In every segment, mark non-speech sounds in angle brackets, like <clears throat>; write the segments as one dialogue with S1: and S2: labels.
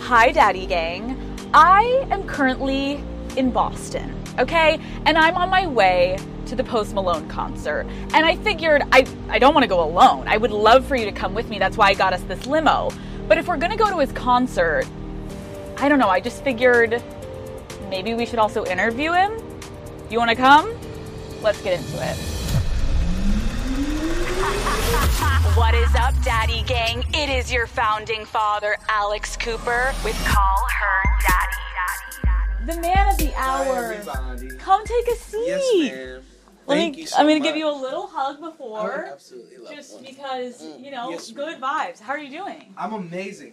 S1: Hi, Daddy Gang. I am currently in Boston, okay? And I'm on my way to the Post Malone concert. And I figured I, I don't want to go alone. I would love for you to come with me. That's why I got us this limo. But if we're going to go to his concert, I don't know. I just figured maybe we should also interview him. You want to come? Let's get into it. What is up, Daddy Gang? It is your founding father, Alex Cooper, with Call Her Daddy. The man of the hour.
S2: everybody.
S1: Come take a seat.
S2: Yes, ma'am.
S1: Let
S2: Thank
S1: me,
S2: you so
S1: I'm gonna give
S2: much.
S1: you a little hug
S2: I would
S1: before,
S2: absolutely love
S1: just
S2: one. Mm.
S1: because you know,
S2: Yes, ma'am.
S1: good vibes. How are you doing?
S2: I'm amazing.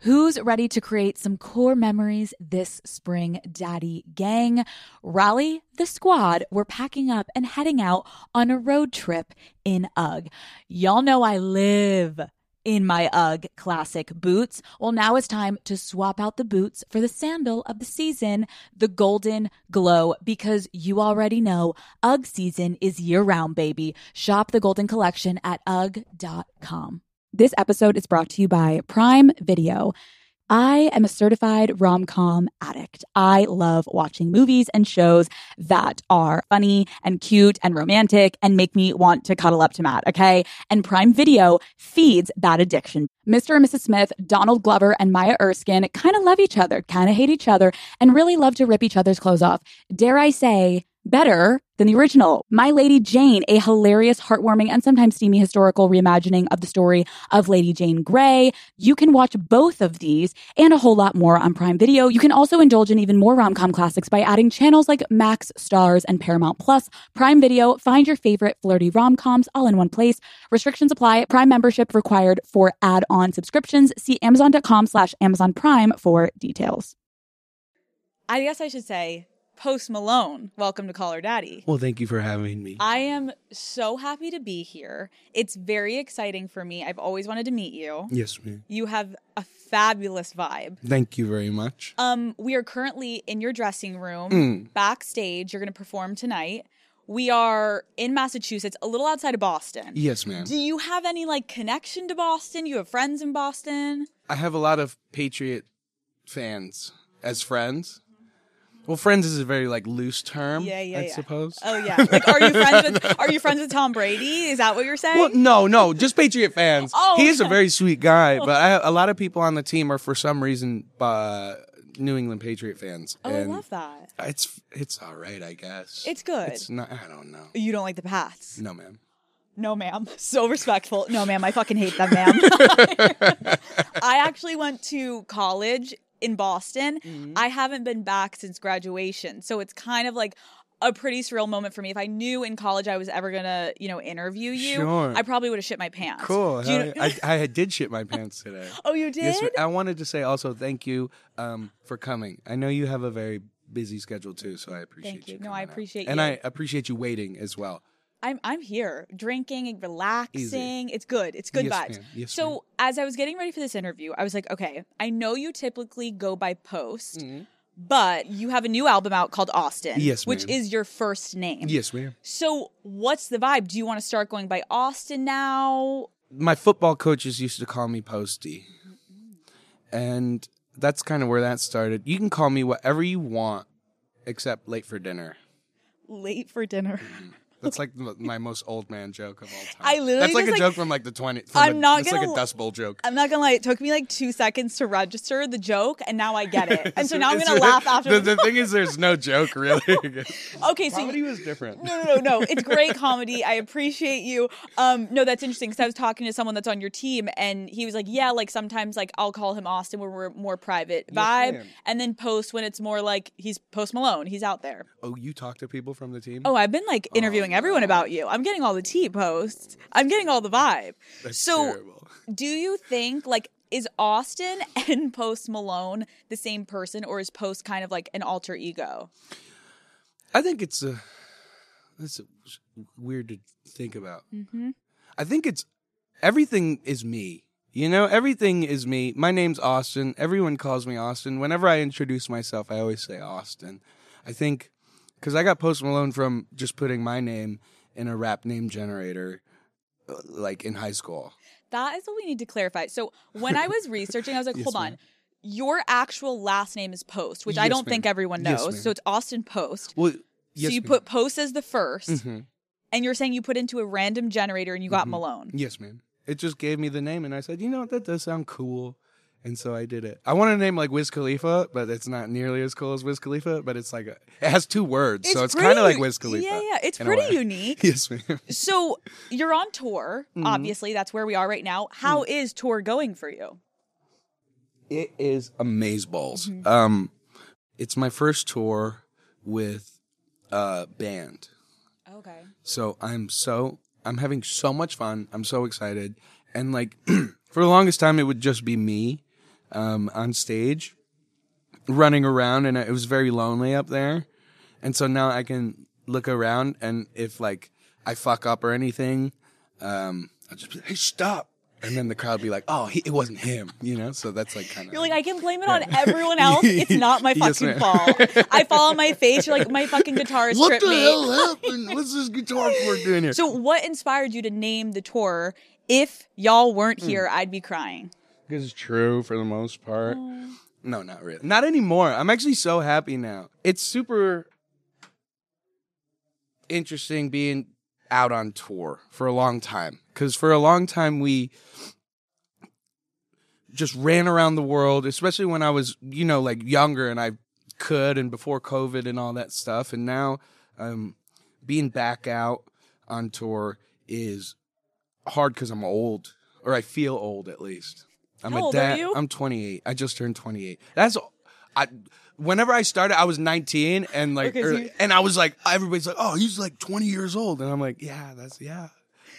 S1: Who's ready to create some core memories this spring, Daddy Gang? Raleigh, the squad, we're packing up and heading out on a road trip in UGG. Y'all know I live in my UGG classic boots. Well, now it's time to swap out the boots for the sandal of the season, the Golden Glow, because you already know UGG season is year round, baby. Shop the Golden Collection at UGG.com. This episode is brought to you by Prime Video. I am a certified rom com addict. I love watching movies and shows that are funny and cute and romantic and make me want to cuddle up to Matt, okay? And Prime Video feeds that addiction. Mr. and Mrs. Smith, Donald Glover, and Maya Erskine kind of love each other, kind of hate each other, and really love to rip each other's clothes off. Dare I say, better than the original. My Lady Jane, a hilarious, heartwarming, and sometimes steamy historical reimagining of the story of Lady Jane Grey. You can watch both of these and a whole lot more on Prime Video. You can also indulge in even more rom-com classics by adding channels like Max, Stars, and Paramount Plus. Prime Video, find your favorite flirty rom-coms all in one place. Restrictions apply. Prime membership required for add-on subscriptions. See amazon.com slash Amazon Prime for details. I guess I should say Post Malone, welcome to Caller Daddy.
S2: Well, thank you for having me.
S1: I am so happy to be here. It's very exciting for me. I've always wanted to meet you.
S2: yes, ma'am.
S1: You have a fabulous vibe.
S2: Thank you very much.
S1: Um, we are currently in your dressing room,
S2: Mm.
S1: backstage. You're going to perform tonight. We are in Massachusetts, a little outside of Boston.
S2: Yes, ma'am.
S1: Do you have any like connection to Boston? You have friends in Boston?
S2: I have a lot of Patriot fans as friends. Well, friends is a very like loose term.
S1: Yeah, yeah,
S2: I
S1: yeah.
S2: suppose.
S1: Oh
S2: <laughs>
S1: yeah. Like are you friends with are you friends with Tom Brady? Is that what you're saying?
S2: well, no, no, just Patriot fans.
S1: Oh,
S2: he is a
S1: okay.
S2: very sweet
S1: <laughs>
S2: guy, but I, a lot of people on the team are for some reason uh, New England Patriot fans.
S1: oh, I
S2: and
S1: love that.
S2: It's it's all right, I guess.
S1: It's good.
S2: It's not. I don't know.
S1: you don't like the Pats.
S2: No, ma'am.
S1: No, ma'am. So respectful. No, ma'am. I fucking hate them,
S2: <laughs>
S1: ma'am. I actually went to college in Boston.
S2: Mm-hmm.
S1: I haven't been back since graduation. So it's kind of like a pretty surreal moment for me. If I knew in college I was ever going to, you know, interview you,
S2: Sure.
S1: I probably would have shit my pants.
S2: Cool.
S1: Do you
S2: hell
S1: know-
S2: yeah. I, I had- did shit my pants today.
S1: <laughs> oh, you did?
S2: Yes, ma'am. I wanted to say also thank you um, for coming. I know you have a very busy schedule too, so I appreciate
S1: Thank you.
S2: you.
S1: No, I
S2: coming out.
S1: appreciate
S2: and
S1: you.
S2: I appreciate you waiting as well.
S1: I'm I'm here drinking and relaxing. It's good. It's good
S2: Yes,
S1: vibes.
S2: ma'am. Yes,
S1: so as I was getting ready for this interview, I was like, okay, I know you typically go by
S2: Mm.
S1: post, but you have a new album out called Austin,
S2: Yes,
S1: which
S2: ma'am.
S1: is your first name.
S2: Mm-hmm. Yes, ma'am.
S1: So what's the vibe? Do you want to start going by Austin now?
S2: My football coaches used to call me Posty, and that's kind of where that started. You can call me whatever you want, except late for dinner. Mm-hmm.
S1: Late for dinner.
S2: That's like m- my most old man joke of all time.
S1: I literally
S2: That's like
S1: just,
S2: a
S1: like-
S2: joke from like the 20s. From
S1: I'm
S2: the-
S1: not
S2: It's
S1: gonna
S2: like a
S1: li-
S2: Dust Bowl joke.
S1: I'm not gonna lie, it took me like two seconds to register the joke, and now I get
S2: <laughs>
S1: it. And <laughs> so now I'm
S2: It's-
S1: gonna laugh after.
S2: The, the thing is, there's no
S1: <laughs>
S2: joke really.
S1: okay, so
S2: Comedy was
S1: <laughs>
S2: different.
S1: no, no, no, no. It's great comedy. I appreciate you. Um, no, that's interesting because I was talking to someone that's on your team, and he was like, "Yeah, like sometimes like I'll call him Austin when we're more private
S2: Yes,
S1: vibe,
S2: ma'am.
S1: and then Post when it's more like he's Post Malone. He's out there.
S2: Oh, you talk to people from the team?
S1: Oh, I've been like interviewing everyone about you. I'm getting all the tea, Post. I'm getting all the vibe.
S2: That's
S1: so-
S2: terrible.
S1: Do you think like is Austin <laughs> and Post Malone the same person, or is Post kind of like an alter ego?
S2: I think it's a that's weird to think about.
S3: Mm-hmm.
S2: I think it's everything is me. You know, everything is me. My name's Austin. Everyone calls me Austin. Whenever I introduce myself, I always say Austin. I think because I got Post Malone from just putting my name in a rap name generator, uh, like in high school.
S1: That is what we need to clarify. So when I
S2: <laughs>
S1: was researching, I was like,
S2: Yes,
S1: hold
S2: ma'am.
S1: on. Your actual last name is Post, which I
S2: Yes,
S1: don't think
S2: ma'am.
S1: everyone
S2: Yes,
S1: knows.
S2: ma'am.
S1: so it's Austin Post.
S2: Well,
S1: so
S2: yes,
S1: you
S2: ma'am.
S1: put Post as the 1st
S2: Mhm.
S1: and you're saying you put into a random generator and you got
S2: Mhm.
S1: Malone.
S2: yes, ma'am. It just gave me the name, and I said, you know what, that does sound cool. And so I did it. I want to name like Wiz Khalifa, but it's not nearly as cool as Wiz Khalifa. But it's like a, it has two words, so it's kind
S1: pretty-
S2: of like Wiz Khalifa.
S1: Yeah, yeah. It's
S2: in a
S1: pretty
S2: way.
S1: unique.
S2: <laughs> Yes, ma'am.
S1: So you're on tour,
S2: Mm-hmm.
S1: obviously. That's where we are right now. How
S2: Mm.
S1: is tour going for you?
S2: It is amazeballs. Um, it's my first tour with a band,
S1: Okay.
S2: so I'm so I'm having so much fun. I'm so excited, and like <clears throat> for the longest time, it would just be me um, on stage, running around, and it was very lonely up there. And so now I can look around, and if like I fuck up or anything, um, I'll just be like, "Hey, stop." And then the crowd be like, "Oh, he, it wasn't him," you know. So that's like kind of
S1: You're like, I can blame it on everyone
S2: <laughs>
S1: else. It's not my
S2: Yes,
S1: fucking
S2: ma'am.
S1: fault. I fall on my face. You're like, my fucking guitar is
S2: What
S1: tripped
S2: the
S1: me.
S2: hell
S1: <laughs>
S2: happened? What's this guitar chord doing here?
S1: So, what inspired you to name the tour? If y'all weren't
S2: Mm.
S1: here, I'd be crying.
S2: Because it's true for the most part. No, not really. Not anymore. I'm actually so happy now. It's super interesting being out on tour for a long time. Because for a long time, we just ran around the world, especially when I was, you know, like younger and I could and before COVID and all that stuff. And now um, being back out on tour is hard because I'm old, or I feel old at least. I'm
S1: How
S2: a
S1: old are
S2: dad.
S1: you?
S2: I'm 28. I just turned 28. That's I. Whenever I started, I was 19, and like,
S1: Okay, so
S2: early-
S1: you-
S2: and I was like, everybody's like, oh, he's like 20 years old, and I'm like, yeah, that's yeah.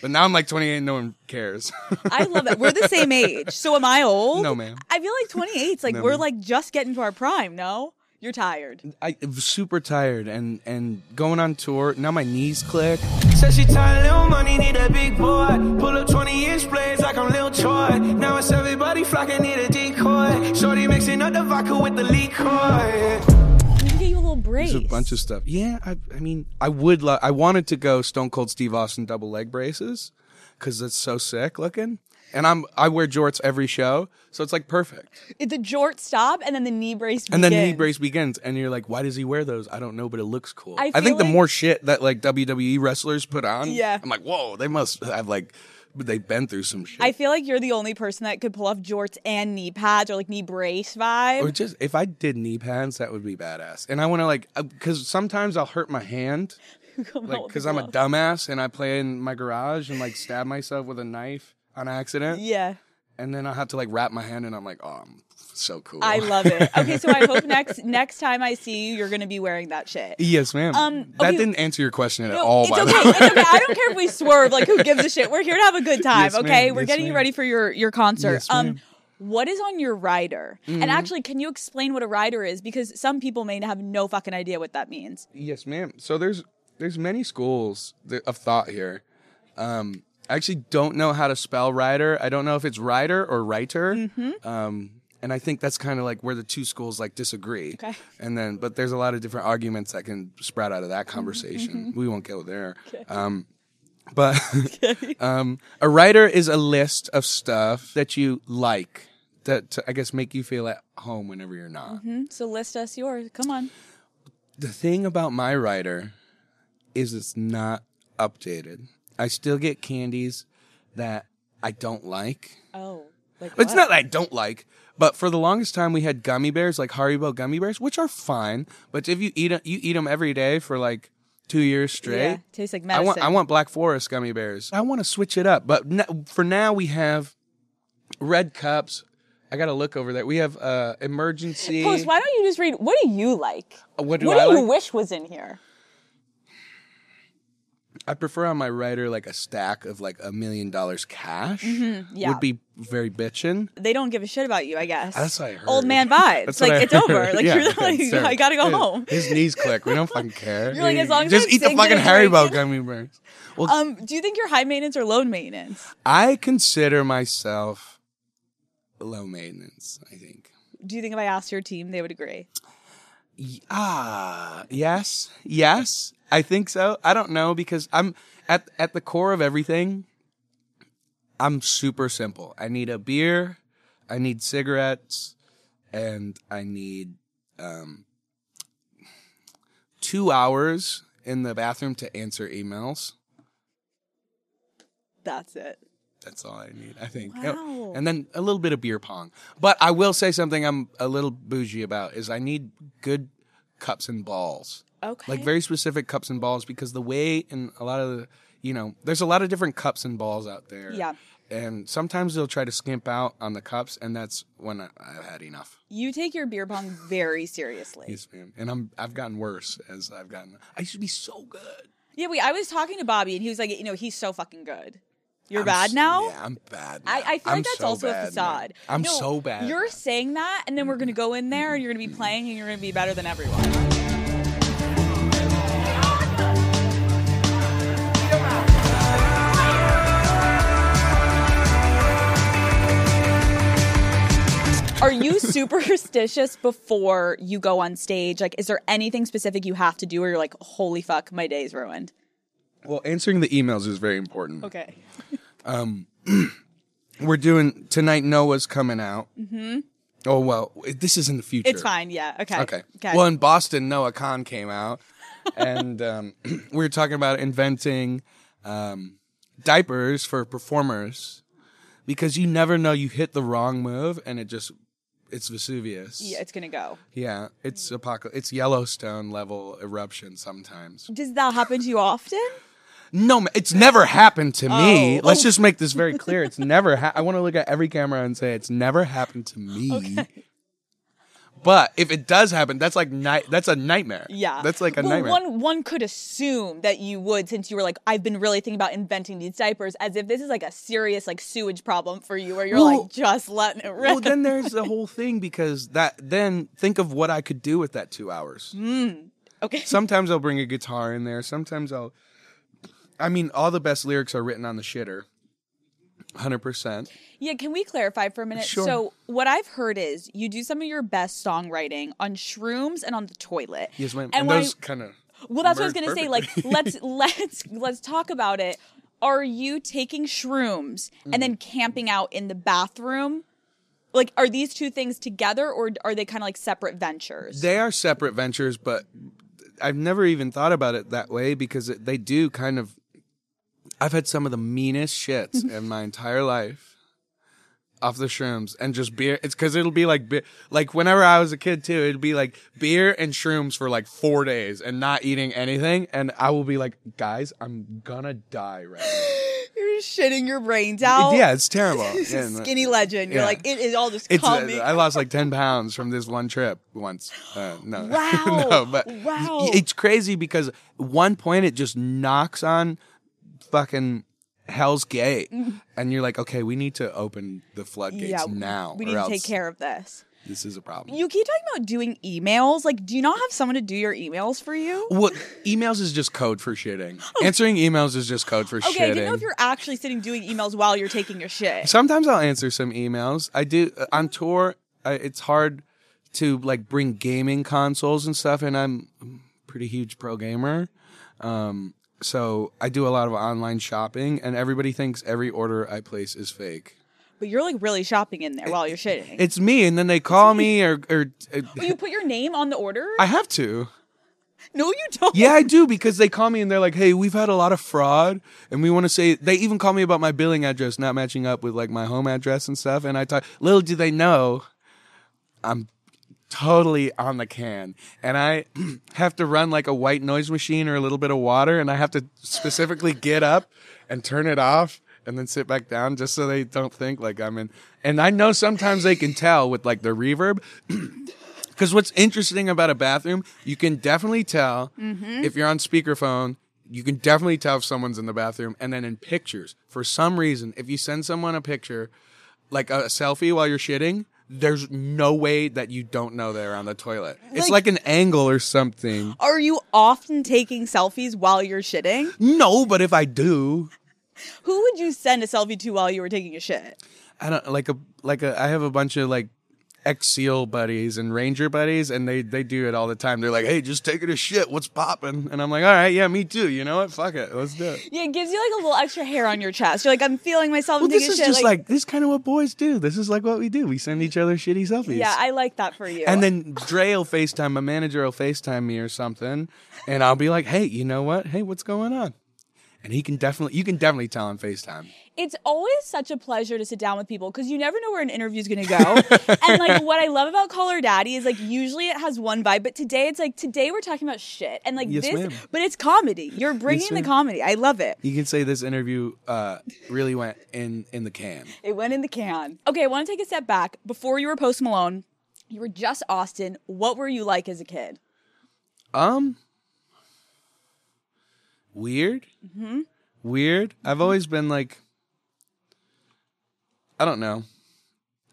S2: But now I'm like 28, and no one cares. <laughs>
S1: I love it. We're the same age. So, am I old?
S2: No, ma'am.
S1: I feel like 28's like
S2: No,
S1: we're
S2: ma'am.
S1: like just getting to our prime. No, you're tired.
S2: I am super tired and and going on tour. Now my knees click.
S4: Said she tired, little money, need a big board. Pull up 20 inch blades like I'm Lil Troy. Now it's everybody flocking, need a decoy. Shorty mixing up the vodka with the liquor. yeah.
S1: We need to get you a little brace.
S2: There's a bunch of stuff. Yeah, I I mean I would love. I wanted to go Stone Cold Steve Austin double leg braces because that's so sick looking. And I'm I wear jorts every show, so it's like perfect.
S1: It's a jort stop and then the knee brace.
S2: And then knee
S1: begins.
S2: brace begins, and you're like, why does he wear those? I don't know, but it looks cool.
S1: I
S2: I think
S1: feel
S2: the
S1: like-
S2: more shit that like WWE wrestlers put on,
S1: Yeah.
S2: I'm like, whoa, they must have like they've been through some shit.
S1: I feel like you're the only person that could pull off jorts and knee pads or like knee brace vibe.
S2: Or just if I did knee pads, that would be badass. And I want to like because sometimes I'll hurt my hand,
S1: <laughs> Come out
S2: like
S1: with
S2: because I'm a
S1: glove.
S2: dumbass and I play in my garage and like stab myself with a knife on accident,
S1: Yeah,
S2: and then I have to like wrap my hand and I'm like, oh, I'm so cool.
S1: I love it. Okay, so I hope next next time I see you, you're gonna be wearing that shit.
S2: Yes, ma'am.
S1: Um,
S2: that
S1: okay.
S2: didn't answer your question at
S1: No,
S2: all.
S1: it's
S2: by
S1: okay.
S2: the way.
S1: It's okay. I don't care if we swerve. Like, who gives a shit? We're here to have a good time.
S2: Yes, ma'am.
S1: okay, we're
S2: Yes,
S1: getting you
S2: ma'am.
S1: ready for your your concert.
S2: Yes,
S1: um,
S2: ma'am. Mm-hmm.
S1: what is on your rider? And actually, can you explain what a rider is? Because some people may have no fucking idea what that means.
S2: Yes, ma'am. So there's there's many schools th- of thought here. Um, I actually don't know how to spell writer. I don't know if it's writer or writer. Um, and I think that's kind of like where the two schools like disagree.
S1: Okay.
S2: And then, but there's a lot of different arguments that can sprout out of that conversation. We won't go there. Um, but <laughs> um, a writer is a list of stuff that you like that to, I guess make you feel at home whenever you're not
S1: Hmm? So list us yours. Come on.
S2: the thing about my writer is it's not updated. I still get candies that I don't like.
S1: Oh, like
S2: It's
S1: what?
S2: not that I don't like, but for the longest time we had gummy bears, like Haribo gummy bears, which are fine. But if you eat 'em- you eat them every day for like two years straight,
S1: Yeah, tastes like
S2: I
S1: medicine.
S2: want I want Black Forest gummy bears. I want to switch it up, but n- for now we have red cups. I gotta look over there. We have uh emergency.
S1: Post, why don't you just read? What do you like?
S2: What do
S1: what
S2: I
S1: do you
S2: like?
S1: wish was in here?
S2: I prefer on my writer like a stack of like a million dollars cash
S1: Mm-hmm. yeah.
S2: would be very bitchin.
S1: They don't give a shit about you, I guess.
S2: That's what I heard.
S1: Old man vibes.
S2: That's what
S1: like
S2: I
S1: it's over.
S2: <laughs> heard.
S1: Like
S2: Yeah,
S1: you're
S2: yeah,
S1: like,
S2: sorry.
S1: I gotta go
S2: His-
S1: home.
S2: His knees click. We
S1: <laughs>
S2: don't fucking care.
S1: You're like, as long as
S2: just
S1: I'm
S2: eat the
S1: singing
S2: fucking
S1: and
S2: Haribo
S1: drinking.
S2: gummy bears. Well,
S1: Um, do you think you're high maintenance or low maintenance?
S2: I consider myself low maintenance. I think.
S1: Do you think if I asked your team, they would agree?
S2: Y- Ah, yes, yes, I think so. I don't know because I'm at at the core of everything. I'm super simple. I need a beer, I need cigarettes, and I need um, two hours in the bathroom to answer emails.
S1: That's it.
S2: That's all I need, I think. Oh,
S1: Wow.
S2: And then a little bit of beer pong. But I will say something I'm a little bougie about is I need good cups and balls.
S1: Okay.
S2: like very specific cups and balls because the way and a lot of the you know there's a lot of different cups and balls out there
S1: Yeah.
S2: and sometimes they'll try to skimp out on the cups and that's when I, i've had enough
S1: you take your beer pong very seriously.
S2: yes ma'am and i'm i've gotten worse as i've gotten i used to be so good
S1: Yeah, wait, I was talking to Bobby and he was like, you know, he's so fucking good. You're
S2: I'm
S1: bad
S2: s-
S1: now?
S2: yeah i'm bad
S1: I,
S2: now.
S1: I feel
S2: I'm
S1: like that's
S2: so
S1: also a
S2: bad now.
S1: facade.
S2: i'm
S1: No,
S2: so bad
S1: You're saying that, and then we're gonna go in there and you're gonna be playing and you're gonna be better than everyone. Are you superstitious before you go on stage? Like, is there anything specific you have to do where you're like, holy fuck, my day's ruined?
S2: well answering the emails is very important
S1: Okay.
S2: we're doing tonight noah's coming out mm-hmm. oh well this is in the future
S1: It's fine, yeah. Okay.
S2: Okay.
S1: Okay.
S2: Well, in Boston, Noah Khan came out, and um, <clears throat> we were talking about inventing um, diapers for performers because you never know you hit the wrong move and it just it's Vesuvius.
S1: yeah, it's gonna go.
S2: Yeah, it's apocalypse. It's Yellowstone level eruption sometimes.
S1: Does that happen to you often?
S2: No, ma- it's never happened to
S1: Oh.
S2: me. Let's just make this very clear. It's never. Ha- I want to look at every camera and say it's never happened to me. But if it does happen, that's like night. That's a nightmare.
S1: Yeah.
S2: that's like a
S1: well,
S2: nightmare.
S1: One <laughs> one could assume that you would since you were like, I've been really thinking about inventing these diapers as if this is like a serious like sewage problem for you where you're
S2: Well-
S1: like just letting it rip. <laughs>
S2: well, then there's the whole thing because that. Then think of what I could do with that two hours.
S1: Hmm. okay.
S2: Sometimes I'll bring a guitar in there. Sometimes I'll. I mean, all the best lyrics are written on the shitter. Hundred percent.
S1: Yeah, can we clarify for a minute?
S2: Sure.
S1: So what I've heard is you do some of your best songwriting on shrooms and on the toilet.
S2: Yes, ma'am.
S1: And
S2: And,
S1: when I-
S2: those kind of.
S1: Well, that's what I was gonna say. Like,
S2: <laughs>
S1: let's let's let's talk about it. Are you taking shrooms and
S2: Mm.
S1: then camping out in the bathroom? Like, are these two things together, or are they kind of like separate ventures?
S2: They are separate ventures, but I've never even thought about it that way because it, they do kind of. I've had some of the meanest shits in my entire life off the shrooms and just beer. It's because it'll be like, be- like whenever I was a kid too, it'd be like beer and shrooms for like four days and not eating anything. And I will be like, guys, I'm gonna die right now.
S1: You're shitting your brains out. <laughs>
S2: yeah, it's terrible. Yeah, no.
S1: Oh. Skinny legend. You're
S2: Yeah.
S1: like, it is all just
S2: It's, uh,
S1: coming.
S2: I lost like 10 pounds from this one trip once. Uh, no. <laughs>
S1: Wow.
S2: no, but
S1: Wow.
S2: it's crazy because at one point it just knocks on fucking Hell's Gate. and you're like, okay, we need to open the floodgates
S1: Mm-hmm. yeah,
S2: now.
S1: we
S2: or
S1: need to
S2: else
S1: take care of this.
S2: This is a problem.
S1: You keep talking about doing emails. Like, do you not have someone to do your emails for you?
S2: well, emails is just code for shitting. Answering emails is just code for
S1: Oh. Okay,
S2: shitting.
S1: I didn't know if you're actually sitting doing emails while you're taking your shit.
S2: Sometimes I'll answer some emails. I do uh, on tour. I, it's hard to like bring gaming consoles and stuff, and I'm a pretty huge pro gamer. Um, so I do a lot of online shopping, and everybody thinks every order I place is fake.
S1: But you're like really shopping in there while you're shitting.
S2: It's me, and then they call me or or.
S1: Will you put your name on the order?
S2: I have to.
S1: No, you don't.
S2: Yeah, I do because they call me and they're like, "Hey, we've had a lot of fraud, and we want to say." They even call me about my billing address not matching up with like my home address and stuff. And I talk. Little do they know, I'm totally on the can, and I <clears throat> have to run like a white noise machine or a little bit of water, and I have to specifically get up and turn it off. And then sit back down just so they don't think like I'm in. And I know sometimes they can tell with like the reverb, because what's interesting about a bathroom, you can definitely tell if you're on speakerphone. You can definitely tell if someone's in the bathroom. And then in pictures, for some reason, if you send someone a picture, like a selfie while you're shitting, there's no way that you don't know they're on the toilet. it's
S1: Like-
S2: like an angle or something.
S1: Are you often taking selfies while you're shitting?
S2: <gasps> No, but if I do,
S1: Who would you send a selfie to while you were taking a shit?
S2: I don't like a like a. I have a bunch of like ex SEAL buddies and Ranger buddies, and they they do it all the time. They're like, "Hey, just taking a shit. What's popping?" And I'm like, "All right, yeah, me too. You know what? Fuck it, let's do it."
S1: Yeah, it gives you like a little extra hair on your chest. You're like, I'm feeling myself.
S2: Well,
S1: taking
S2: this
S1: a
S2: is
S1: shit.
S2: just like, this is kind of what boys do. This is like what we do. We send each other shitty selfies.
S1: yeah, I like that for you.
S2: and then Dre will FaceTime, my manager will FaceTime me or something, and I'll be like, hey, you know what? Hey, what's going on? And he can definitely, you can definitely tell on FaceTime.
S1: it's always such a pleasure to sit down with people because you never know where an interview's going to
S2: <laughs>
S1: go. and like what I love about Caller Daddy is like usually it has one vibe, but today it's like today we're talking about shit and like
S2: Yes,
S1: this,
S2: ma'am.
S1: but it's comedy. You're bringing the
S2: ma'am.
S1: comedy. I love it.
S2: You can say this interview uh, really went in in the can.
S1: It went in the can. Okay, I want to take a step back. Before you were Post Malone, you were just Austin. What were you like as a kid?
S2: Um, weird. Mm-hmm. Weird. I've always been like, I don't know.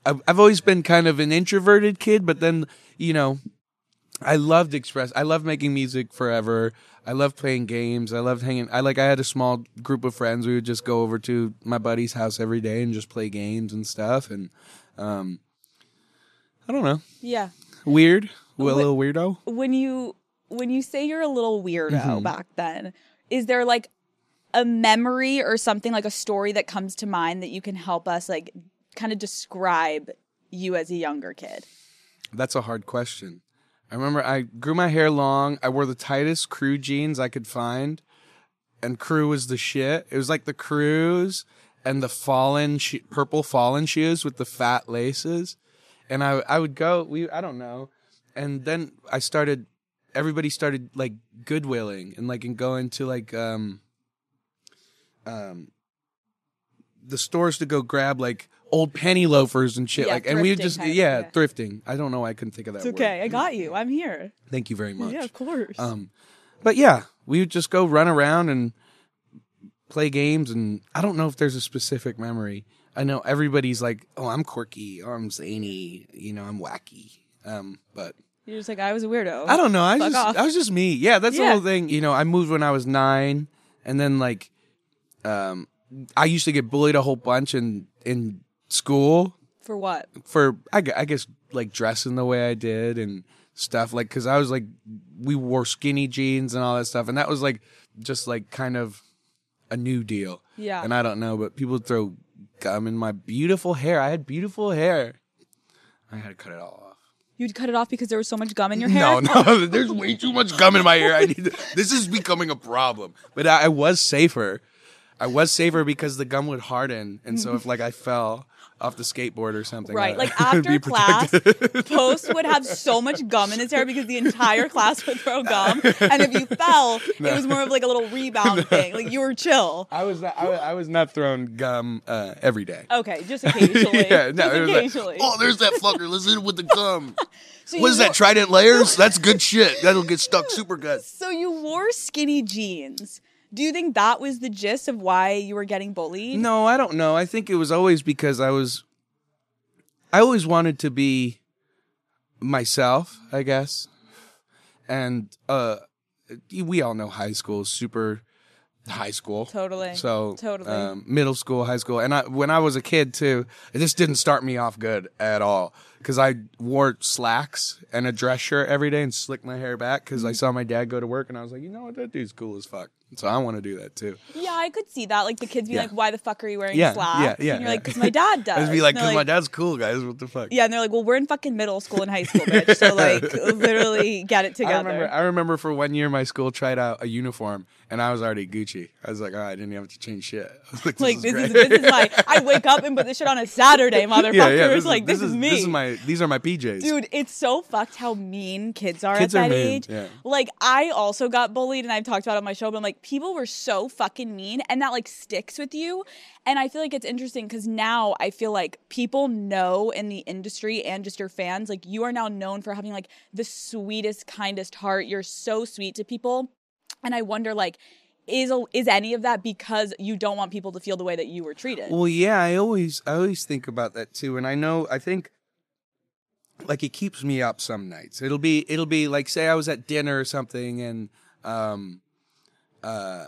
S2: I've, I've always been kind of an introverted kid, but then you know, I loved express. I loved making music forever. I loved playing games. I loved hanging. I like. I had a small group of friends. We would just go over to my buddy's house every day and just play games and stuff. And um, I don't know.
S1: Yeah.
S2: Weird. A little weirdo.
S1: When you when you say you're a little weirdo
S2: Mm-hmm.
S1: back then, is there like a memory or something like a story that comes to mind that you can help us like kind of describe you as a younger kid?
S2: That's a hard question. I remember I grew my hair long. I wore the tightest crew jeans I could find, and crew was the shit. It was like the crews and the fallen sh- purple fallen shoes with the fat laces. And I I would go. We I don't know. And then I started. Everybody started like goodwilling and like and going to like um um the stores to go grab like old penny loafers and shit
S1: Yeah,
S2: like and we
S1: thrifting
S2: would just
S1: kind of-
S2: yeah,
S1: yeah.
S2: thrifting. I don't know why I couldn't think of that
S1: It's okay. I got you. I'm here.
S2: Thank you very much.
S1: Yeah, of course.
S2: Um, but yeah, we would just go run around and play games, and I don't know if there's a specific memory. I know everybody's like, "Oh, I'm quirky. Oh, I'm zany. You know, I'm wacky." Um, but
S1: You're just like I was a weirdo.
S2: I don't know. I
S1: Fuck
S2: was just,
S1: off.
S2: I was just me. Yeah, that's
S1: Yeah.
S2: the whole thing. You know, I moved when I was nine, and then like, um, I used to get bullied a whole bunch in in school
S1: for what?
S2: for I, gu- I guess like dressing the way I did and stuff like because I was like we wore skinny jeans and all that stuff and that was like just like kind of a new deal
S1: Yeah.
S2: and I don't know but people would throw gum in my beautiful hair I had beautiful hair I had to cut it all
S1: You'd cut it off because there was so much gum in your
S2: off
S1: hair.
S2: no no <laughs> there's way too much gum in my hair I need to, this is becoming a problem but I, I was safer I was safer because the gum would harden and so if like I fell off the skateboard or something
S1: Mm-hmm. Right.
S2: I- <laughs>
S1: Like
S2: I would be
S1: after class,
S2: protected. <laughs>
S1: Post would have so much gum in his hair because the entire class would throw gum. And if
S2: <laughs>
S1: you fell, it was more of like a little rebound thing. Like you were chill.
S2: I was not, I, was- I was not throwing gum uh, every day.
S1: Okay, just occasionally.
S2: <laughs> yeah, no,
S1: just
S2: it was like,
S1: occasionally.
S2: oh, there's that fucker. Let's hit it with the gum.
S1: so
S2: What is
S1: you
S2: that? Trident layers? That's good shit. That'll get stuck super good.
S1: wore- so you wore skinny jeans. Do you think that was the gist of why you were getting bullied?
S2: No, I don't know. I think it was always because I was. I always wanted to be myself, I guess. And uh we all know high school is super high school.
S1: Totally.
S2: So
S1: Totally.
S2: um, middle school, high school, and I when I was a kid too, this didn't start me off good at all because I wore slacks
S1: Mm-hmm.
S2: and a dress shirt every day and slicked my hair back because I saw my dad go to work and I was like, you know what, that dude's cool as fuck. So I want to do that too.
S1: Yeah, I could see that. Like the kids being
S2: Yeah.
S1: like, "Why the fuck are you wearing
S2: Yeah,
S1: slacks?"
S2: yeah, yeah,
S1: And you're
S2: yeah.
S1: like, "Cause my dad
S2: I <laughs>
S1: does."
S2: just be like,
S1: And
S2: because
S1: they're
S2: my dad's cool, guys. What the fuck?
S1: Yeah, and they're like, "Well, we're in fucking middle school and high school, bitch. So like, literally get it together."
S2: I remember. I remember for one year, my school tried out a uniform, and I was already Gucci. I was like, oh, I didn't have to change shit. <laughs> I was like, this,
S1: like
S2: is,
S1: this
S2: great.
S1: is this is my I wake up and put this shit on a Saturday, motherfucker.
S2: <laughs> yeah, yeah.
S1: It's
S2: This,
S1: like
S2: is, this is
S1: me.
S2: This is my. These are my PJs.
S1: Dude, it's so fucked how mean kids are
S2: Kids
S1: at
S2: are
S1: that
S2: mean,
S1: age.
S2: yeah.
S1: Like I also got bullied and I've talked about it on my show, but I'm like people were so fucking mean and that like sticks with you. And I feel like it's interesting because now I feel like people know in the industry and just your fans, like you are now known for having like the sweetest, kindest heart. You're so sweet to people. And I wonder like is is any of that because you don't want people to feel the way that you were treated?
S2: Well, yeah, I always I always think about that too, and I know I think like it keeps me up some nights. It'll be it'll be like say I was at dinner or something, and um, uh,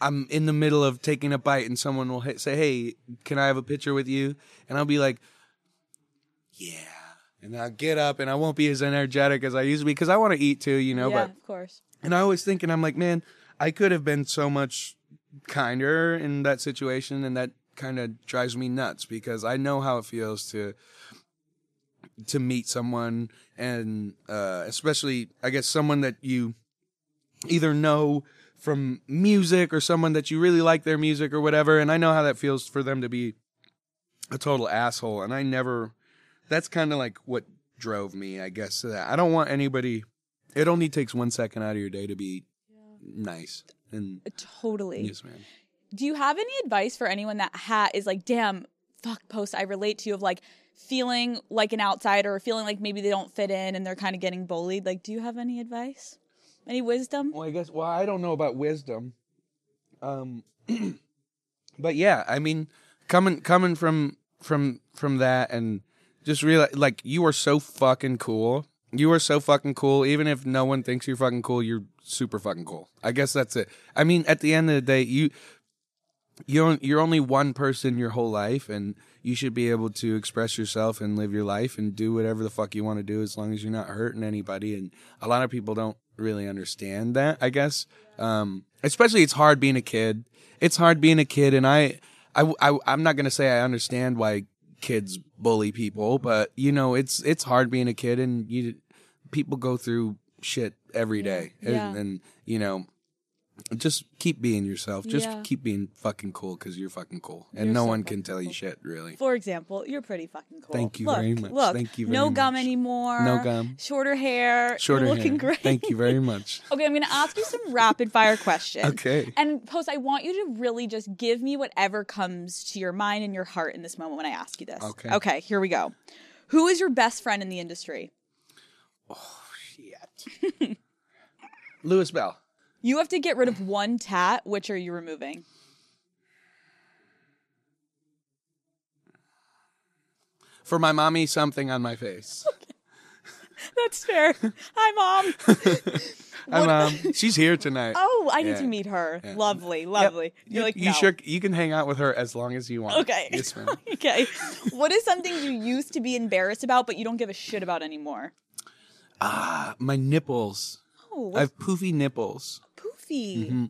S2: I'm in the middle of taking a bite, and someone will hit, say, "Hey, can I have a picture with you?" And I'll be like, "Yeah." And I'll get up and I won't be as energetic as I used to be because I want to eat too, you know.
S1: yeah,
S2: But
S1: of course.
S2: and I always think, and I'm like, man, I could have been so much kinder in that situation, and that kind of drives me nuts because I know how it feels to to meet someone, and uh, especially, I guess, someone that you either know from music or someone that you really like their music or whatever. And I know how that feels for them to be a total asshole, and I never. That's kind of like what drove me, I guess, to that. I don't want anybody it only takes one second out of your day to be nice. And
S1: Totally.
S2: yes, man.
S1: Do you have any advice for anyone that ha- is like, damn, fuck post, I relate to you of like feeling like an outsider or feeling like maybe they don't fit in and they're kind of getting bullied? Like, do you have any advice? Any wisdom?
S2: Well, I guess. Well, I don't know about wisdom. Um, <clears throat> but yeah, I mean, coming coming from from from that, and just realize like you are so fucking cool. You are so fucking cool. Even if no one thinks you're fucking cool, you're super fucking cool. I guess that's it. I mean, at the end of the day, you you're you're only one person your whole life, and you should be able to express yourself and live your life and do whatever the fuck you want to do as long as you're not hurting anybody. And a lot of people don't really understand that, I guess. Um, especially it's hard being a kid. It's hard being a kid, and I, I, I I'm not gonna say I understand why kids bully people, but you know, it's it's hard being a kid, and you people go through shit every day,
S1: Yeah.
S2: and, and you know just keep being yourself. Just
S1: Yeah.
S2: keep being fucking cool because you're fucking cool, and
S1: You're
S2: no
S1: so
S2: one can
S1: fucking
S2: tell you
S1: cool.
S2: shit really.
S1: For example, you're pretty fucking cool.
S2: Thank you
S1: look,
S2: very much.
S1: Look,
S2: Thank you
S1: no
S2: very
S1: gum
S2: much.
S1: anymore.
S2: No gum.
S1: Shorter hair. you're
S2: Shorter
S1: looking
S2: hair.
S1: great.
S2: Thank you very much.
S1: <laughs> Okay, I'm going to ask you some rapid fire questions.
S2: <laughs> Okay.
S1: And post, I want you to really just give me whatever comes to your mind and your heart in this moment when I ask you this.
S2: Okay.
S1: Okay, here we go. Who is your best friend in the industry?
S2: Lewis Bell.
S1: You have to get rid of one tat. Which are you removing? <laughs>
S2: For my mommy, something on
S1: <laughs>
S2: my face.
S1: That's fair. Hi,
S2: <laughs>
S1: mom.
S2: Hi,
S1: <laughs>
S2: mom. um, She's here tonight.
S1: Oh, I need
S2: Yeah.
S1: to meet her.
S2: Yeah.
S1: Lovely,
S2: Yep.
S1: lovely. You're
S2: you,
S1: like,
S2: you
S1: no.
S2: shook- You can hang out with her as long as you want.
S1: Okay.
S2: Yes, ma'am.
S1: <laughs> Okay. what is something you used to be embarrassed about, but you don't give a shit about anymore?
S2: Ah, my nipples.
S1: Oh,
S2: I
S1: what's
S2: have poofy nipples.
S1: poofy?
S2: Mm-hmm.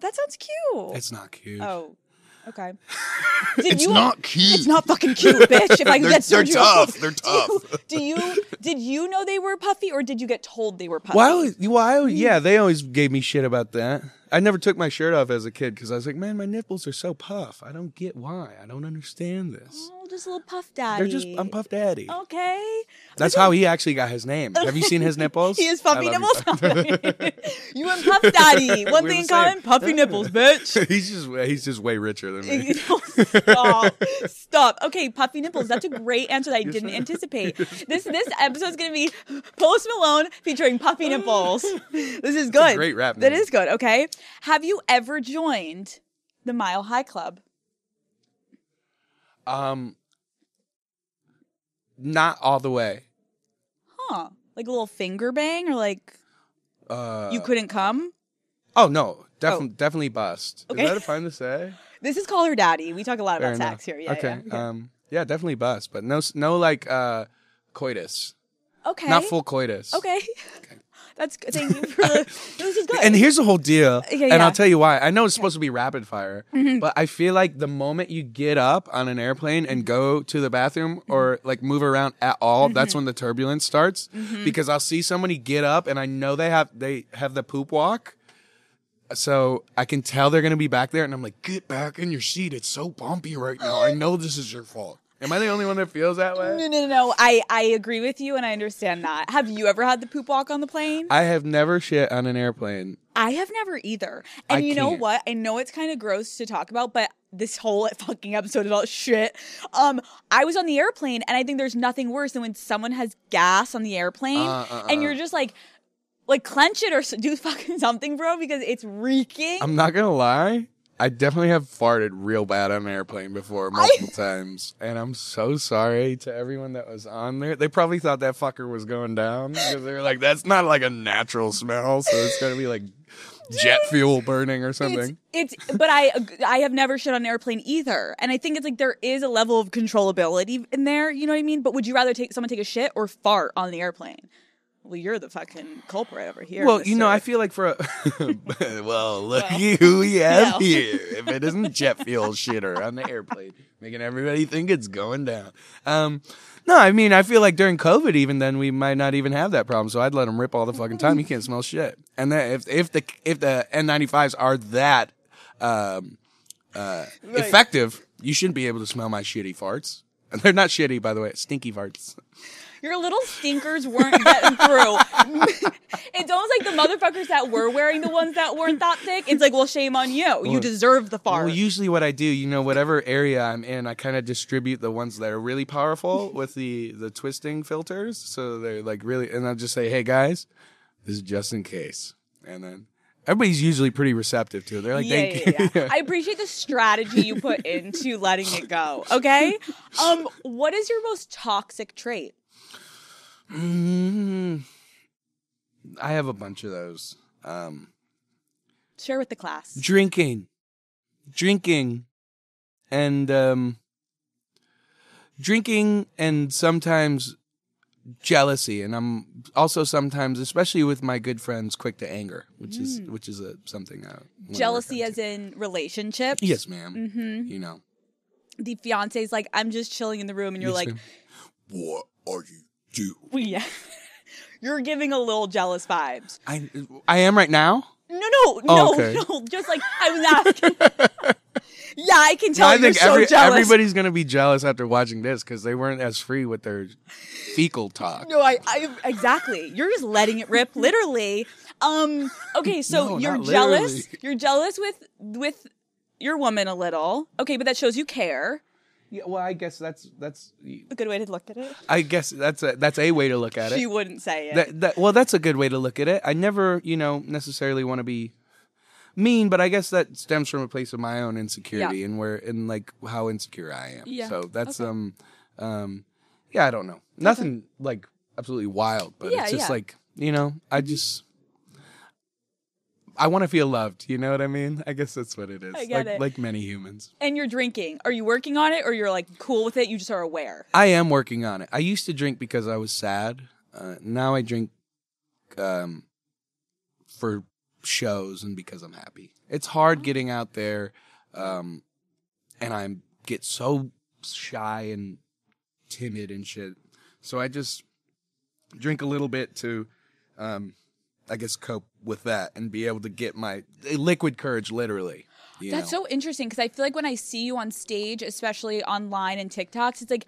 S1: That sounds cute.
S2: It's not cute.
S1: oh,
S2: <laughs>
S1: okay. Did
S5: It's
S1: you, <laughs>
S5: not cute.
S1: It's not fucking cute, bitch.
S2: <laughs>
S1: If I can
S5: They're-
S1: get
S5: they're
S1: surgery, <laughs>
S5: tough. They're tough.
S1: Do you, do you did you know they were puffy, or did you get told they were puffy?
S2: Well, I always, well, I always- yeah, they always gave me shit about that. I never took my shirt off as a kid because I was like, man, my nipples are so puff. I don't get why. I don't understand this.
S1: Oh, just a little puff daddy. Oh.
S2: They're just, I'm Puff Daddy.
S1: Okay.
S2: That's how he actually got his name. Have you
S1: <laughs>
S2: seen his nipples?
S1: He is
S2: I
S1: puffy
S2: love you,
S1: nipples.
S2: Puff.
S1: <laughs> you and Puff Daddy.
S2: <laughs>
S1: One
S2: We're
S1: thing in
S2: the same.
S1: common: puffy nipples, bitch.
S2: <laughs> he's just, way- he's just way richer
S1: <laughs>
S2: than me.
S1: Stop. Stop. Okay, puffy nipples. That's a great answer that I didn't
S2: <laughs>
S1: anticipate. This this episode is going to be Post Malone featuring puffy
S2: <laughs>
S1: nipples. This is good.
S2: great rap
S1: That
S2: name.
S1: is good. Okay. Have you ever joined the Mile High Club?
S2: Um, not all the way.
S1: Huh? Like a little finger bang, or like
S2: Uh,
S1: you couldn't come?
S2: oh no, definitely,
S1: Oh.
S2: definitely bust.
S1: Okay.
S2: Is that a fine
S1: <laughs>
S2: to say?
S1: This is call her daddy. We talk a lot
S2: Fair
S1: about
S2: enough.
S1: sex here. Yeah.
S2: okay.
S1: Yeah.
S2: Um, yeah, definitely bust, but no, s- no like uh, coitus.
S1: Okay.
S2: <laughs> Not full coitus.
S1: Okay. <laughs> That's good. Thank you for
S2: <laughs>
S1: the. This is good.
S2: And here's the whole deal,
S1: Yeah,
S2: and
S1: yeah. Mm-hmm.
S2: I'll tell you why. I know it's supposed to be rapid fire, but I feel like the moment you get up on an airplane and go to the bathroom
S1: Mm-hmm.
S2: or like move around at all, that's when the turbulence starts.
S1: Mm-hmm.
S2: Because I'll see somebody get up, and I know they have they have the poop walk, so I can tell they're gonna be back there, and I'm like, get back in your seat. It's so bumpy right now. I know this is your fault. Am I the only one that feels that way?
S1: <laughs> no, no, no, no. I, I agree with you and I understand that. Have you ever had the poop walk on the plane?
S2: I have never shit on an airplane.
S1: I have never either. And
S2: I
S1: you know
S2: can't.
S1: what? I know it's kind of gross to talk about, but this whole <laughs> fucking episode is all shit. Um, I was on the airplane, and I think there's nothing worse than when someone has gas on the airplane,
S2: Uh, uh,
S1: and
S2: uh.
S1: you're just like, like clench it or s- do fucking <laughs> something, bro, because it's reeking.
S2: I'm not gonna lie. I definitely have farted real bad on an airplane before multiple times, and I'm so sorry to everyone that was on there. They probably thought that fucker was going down because they were like, "That's not like a natural smell, so it's gonna be like jet fuel burning or
S1: it's,
S2: something."
S1: it's but I ag- I have never shit on an airplane either. And I think it's like there is a level of controllability in there, you know what I mean? But would you rather take someone take a shit or fart on the airplane? Well, you're the fucking culprit over here.
S2: Well, you know, I
S1: mister.
S2: feel like for a <laughs> well, look who we have
S1: Well.
S2: here. If it isn't jet fuel shitter on the airplane, making everybody think it's going down. Um, no, I mean, I feel like during COVID, even then, we might not even have that problem. So I'd let them rip all the fucking time. You can't smell shit. And that if if the if the N95s are that um, uh, effective, you shouldn't be able to smell my shitty farts. <laughs> And They're not shitty, by the way. Stinky farts.
S1: Your little stinkers weren't getting through. <laughs> it's almost like the motherfuckers that were wearing the ones that weren't that thick. It's like, well, shame on you. you deserve the fart.
S2: Well, usually what I do, you know, whatever area I'm in, I kind of distribute the ones that are
S1: <laughs>
S2: really powerful with the the twisting filters. So they're like really, and I'll just say, "Hey guys, this is just in case," and then everybody's usually pretty receptive to it. They're like,
S1: yeah, yeah,
S2: "Thank you."
S1: yeah,
S2: <laughs>
S1: yeah. I appreciate the strategy you put into letting it go.
S2: <laughs>
S1: Okay. Um, what is your most toxic trait?
S2: Mm, <laughs> I have a bunch of those. Um,
S1: Share with the class.
S2: drinking, drinking, and um, drinking, and sometimes jealousy, and I'm also sometimes, especially with my good friends, quick to anger, which is which is a something I wanna work
S1: Mm. Jealousy,
S2: on,
S1: as
S2: too.
S1: in relationships.
S2: yes, madam Mm-hmm. You know
S1: The fiance's like, I'm just chilling in the room, and you're
S2: Yes,
S1: like,
S2: ma'am. what are you doing?
S1: well, yeah. <laughs> You're giving a little jealous vibes.
S2: I I am right now.
S1: No, no, no,
S2: Oh, okay.
S1: <laughs> no. Just like I was
S2: <laughs>
S1: asking. yeah, I can tell
S2: I
S1: you're
S2: think
S1: so
S2: every,
S1: jealous.
S2: everybody's gonna be jealous after watching this because they weren't as free with their
S1: <laughs>
S2: fecal talk.
S1: No, I, I exactly. You're just letting it rip, literally. Um. Okay, so
S2: No,
S1: you're
S2: not
S1: jealous.
S2: literally.
S1: You're jealous with with your woman a little. Okay, but that shows you care.
S2: Yeah, well, I guess that's that's
S1: A good way to look at it.
S2: I guess that's a that's a way to look at it.
S1: She wouldn't say it.
S2: That, that, well, that's a good way to look at it. I never, you know, necessarily want to be mean, but I guess that stems from a place of my own insecurity and where and like how insecure I am.
S1: Yeah.
S2: So that's um, um, yeah, I don't know, nothing like absolutely wild, but
S1: Yeah,
S2: it's just
S1: yeah. Mm-hmm.
S2: like you know, I just. I want to feel loved. You know what I mean? I guess that's what it is.
S1: I get
S2: like,
S1: it.
S2: like many humans.
S1: and you're drinking. Are you working on it, or you're like cool with it? You just are aware.
S2: I am working on it. I used to drink because I was sad. Uh, now I drink um, for shows and because I'm happy. It's hard getting out there, um, and I get so shy and timid and shit. So I just drink a little bit to, um, I guess, cope with that and be able to get my liquid courage, literally. you
S1: That's
S2: know?
S1: so interesting because I feel like when I see you on stage, especially online and TikToks, it's like,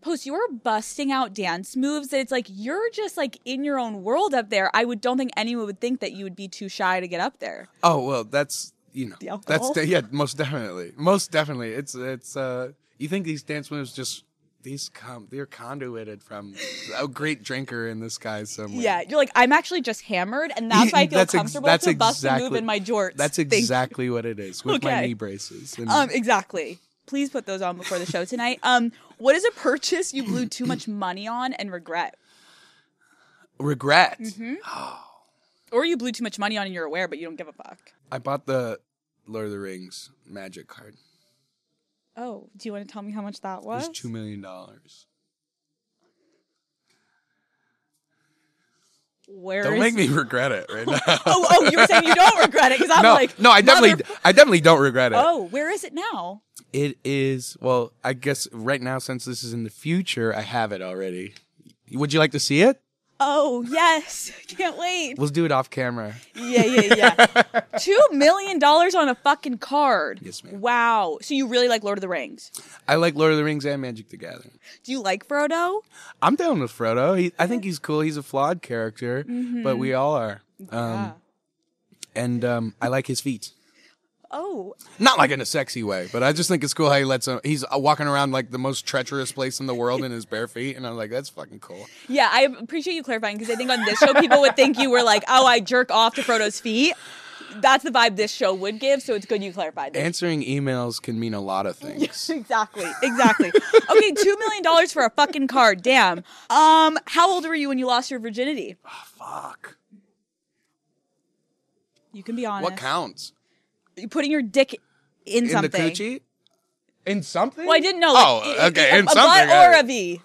S1: post you're busting out dance moves that it's like you're just like in your own world up there. I would don't think anyone would think that you would be too shy to get up there.
S2: Oh well, that's you know,
S1: The
S2: that's
S1: alcohol?
S2: de- yeah, most definitely, most definitely. It's it's uh, you think these dance moves just these come they're conduited from a great drinker in this guy somewhere.
S1: Yeah, you're like I'm actually just hammered, and that's why
S2: <laughs>
S1: I feel
S2: That's ex-
S1: comfortable
S2: that's
S1: to bust a move
S2: exactly-
S1: in my jorts.
S2: That's
S1: Thank you.
S2: exactly what it is with my
S1: Okay.
S2: knee braces. And
S1: Um, exactly. Please put those on before the show tonight. Um, what is a purchase you blew too much money on and regret,
S2: regret.
S1: Mm-hmm. <gasps> or you blew too much money on and you're aware but you don't give a fuck?
S2: I bought the Lord of the Rings magic card.
S1: Oh, do you want to tell me how much that
S2: It
S1: was?
S2: was two million dollars.
S1: where
S2: Don't
S1: is-
S2: make me <laughs> regret it right now.
S1: <laughs> Oh, oh, you were saying you don't regret it because <laughs> I'm
S2: <laughs> no,
S1: like,
S2: no, I definitely, <laughs>
S1: mother-
S2: I definitely don't regret it.
S1: Oh, where is it now?
S2: It is well, I guess right now since this is in the future, I have it already. Would you like to see it?
S1: Oh yes, <laughs> can't wait.
S2: We'll do it off camera.
S1: Yeah, yeah, yeah.
S2: <laughs>
S1: Two million dollars on a fucking card.
S2: Yes, ma'am.
S1: Wow. So you really like Lord of the Rings?
S2: I like Lord of the Rings and Magic the Gathering.
S1: Do you like Frodo?
S2: I'm down with Frodo. He, I think he's cool. He's a flawed character, but we all are. Um,
S1: Uh,
S2: And um, I like his feet.
S1: Oh,
S2: Not like in a sexy way, but I just think it's cool how he lets him. He's uh, walking around like the most treacherous place in the world in his bare feet, and I'm like, that's fucking cool.
S1: yeah. I appreciate you clarifying because I think on this show people would think you were like, oh, I jerk off to Frodo's feet. That's the vibe this show would give. So it's good you clarified. that.
S2: Answering emails can mean a lot
S1: <laughs>
S2: of things.
S1: Exactly. Exactly. okay, two million dollars for a fucking card. Damn. Um, how old were you when you lost your virginity?
S2: Ah, Fuck.
S1: You can be honest.
S2: What counts?
S1: You're putting your dick in,
S2: In
S1: something.
S2: the coochie? In something?
S1: Well, I didn't know.
S2: Oh,
S1: i- i-
S2: okay,
S1: A,
S2: in
S1: a
S2: something, uh,
S1: butt or
S2: yeah.
S1: a V.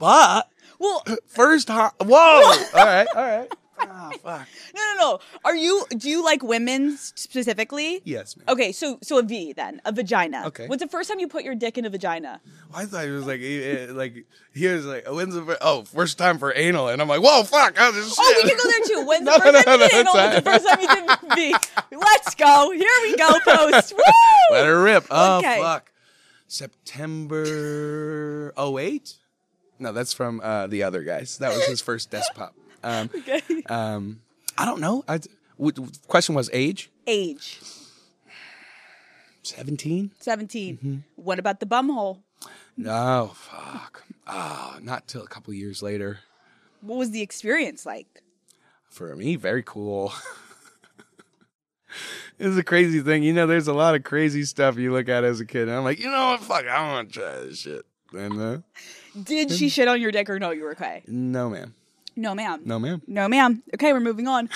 S2: But
S1: Well, no,
S2: first, ho- whoa! <laughs> all right, all right. Ah, fuck.
S1: no, no. Are you? Do you like women specifically?
S2: Yes. Ma'am.
S1: Okay, so so a V then, a vagina.
S2: Okay.
S1: When's the first time you put your dick in a vagina?
S2: I thought it was like, eh, eh, like he was like, when's the fir- oh first time for anal, and I'm like, whoa, fuck! I was just
S1: Oh, we can
S2: <laughs>
S1: go there too. When's the
S2: No,
S1: first
S2: no,
S1: time you
S2: no,
S1: did anal?
S2: no,
S1: When's the
S2: it's
S1: first time you did V? Let's go. Here we go. Post.
S2: <laughs>
S1: Woo!
S2: Let her rip. Oh
S1: Okay.
S2: fuck. September 08? No, that's from uh, the other guys. That was his first desktop.
S1: <laughs>
S2: Um, um, I don't know. I, w- question was age.
S1: Age.
S2: Seventeen.
S1: 17.
S2: Mm-hmm.
S1: What about the bum hole?
S2: No, fuck. Oh, not till a couple years later.
S1: What was the experience like?
S2: for me, very cool. <laughs> this is a crazy thing. You know, there's a lot of crazy stuff you look at as a kid. And I'm like, you know what? Fuck, I want to try this shit. And uh,
S1: Did
S2: Mm.
S1: she shit on your dick or no? You were okay.
S2: no, ma'am.
S1: No, ma'am.
S2: No, ma'am.
S1: No, ma'am. Okay, we're moving on.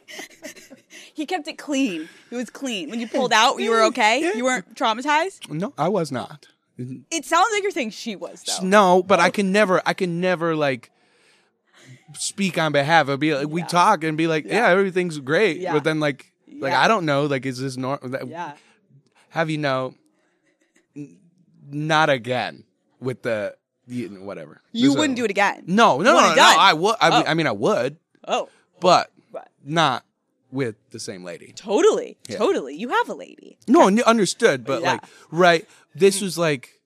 S1: <laughs> he kept it clean. It was clean. When you pulled out, you were okay. You weren't traumatized.
S2: No, I was not.
S1: It sounds like you're saying she was though.
S2: No, but I can never, I can never like speak on behalf of be like, we talk and be like, yeah, everything's great.
S1: Yeah.
S2: But then like, like,
S1: Yeah.
S2: I don't know. Like, is this normal?
S1: Yeah.
S2: Have you know, n- not again with the, you know, whatever.
S1: You
S2: This-
S1: wouldn't do it again.
S2: No, no, no,
S1: would've
S2: no,
S1: done.
S2: I would. I, mean,
S1: Oh.
S2: I mean, I would,
S1: Oh,
S2: but
S1: but
S2: not with the same lady.
S1: totally, totally. You have a lady.
S2: No, n- understood, but
S1: Yeah.
S2: like, right? This was like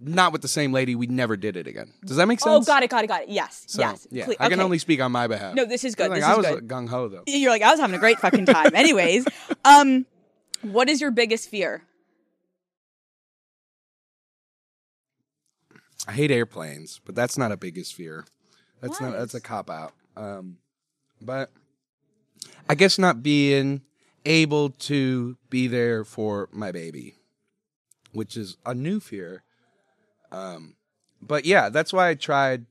S2: not with the same lady. We never did it again. Does that make
S1: Oh,
S2: sense?
S1: got it, got it, got it. Yes,
S2: So,
S1: yes.
S2: Yeah,
S1: Cle-
S2: I can
S1: okay.
S2: only speak on my behalf.
S1: No, this is good,
S2: Like,
S1: this
S2: I
S1: is
S2: was
S1: good.
S2: gung ho though.
S1: <laughs> You're like I was having a great fucking time.
S2: <laughs>
S1: Anyways, um, what is your biggest fear?
S2: I hate airplanes, but that's not a biggest fear. That's
S1: What?
S2: not. That's a cop out. Um, but I guess not being able to be there for my baby, which is a new fear. Um, but yeah, that's why I tried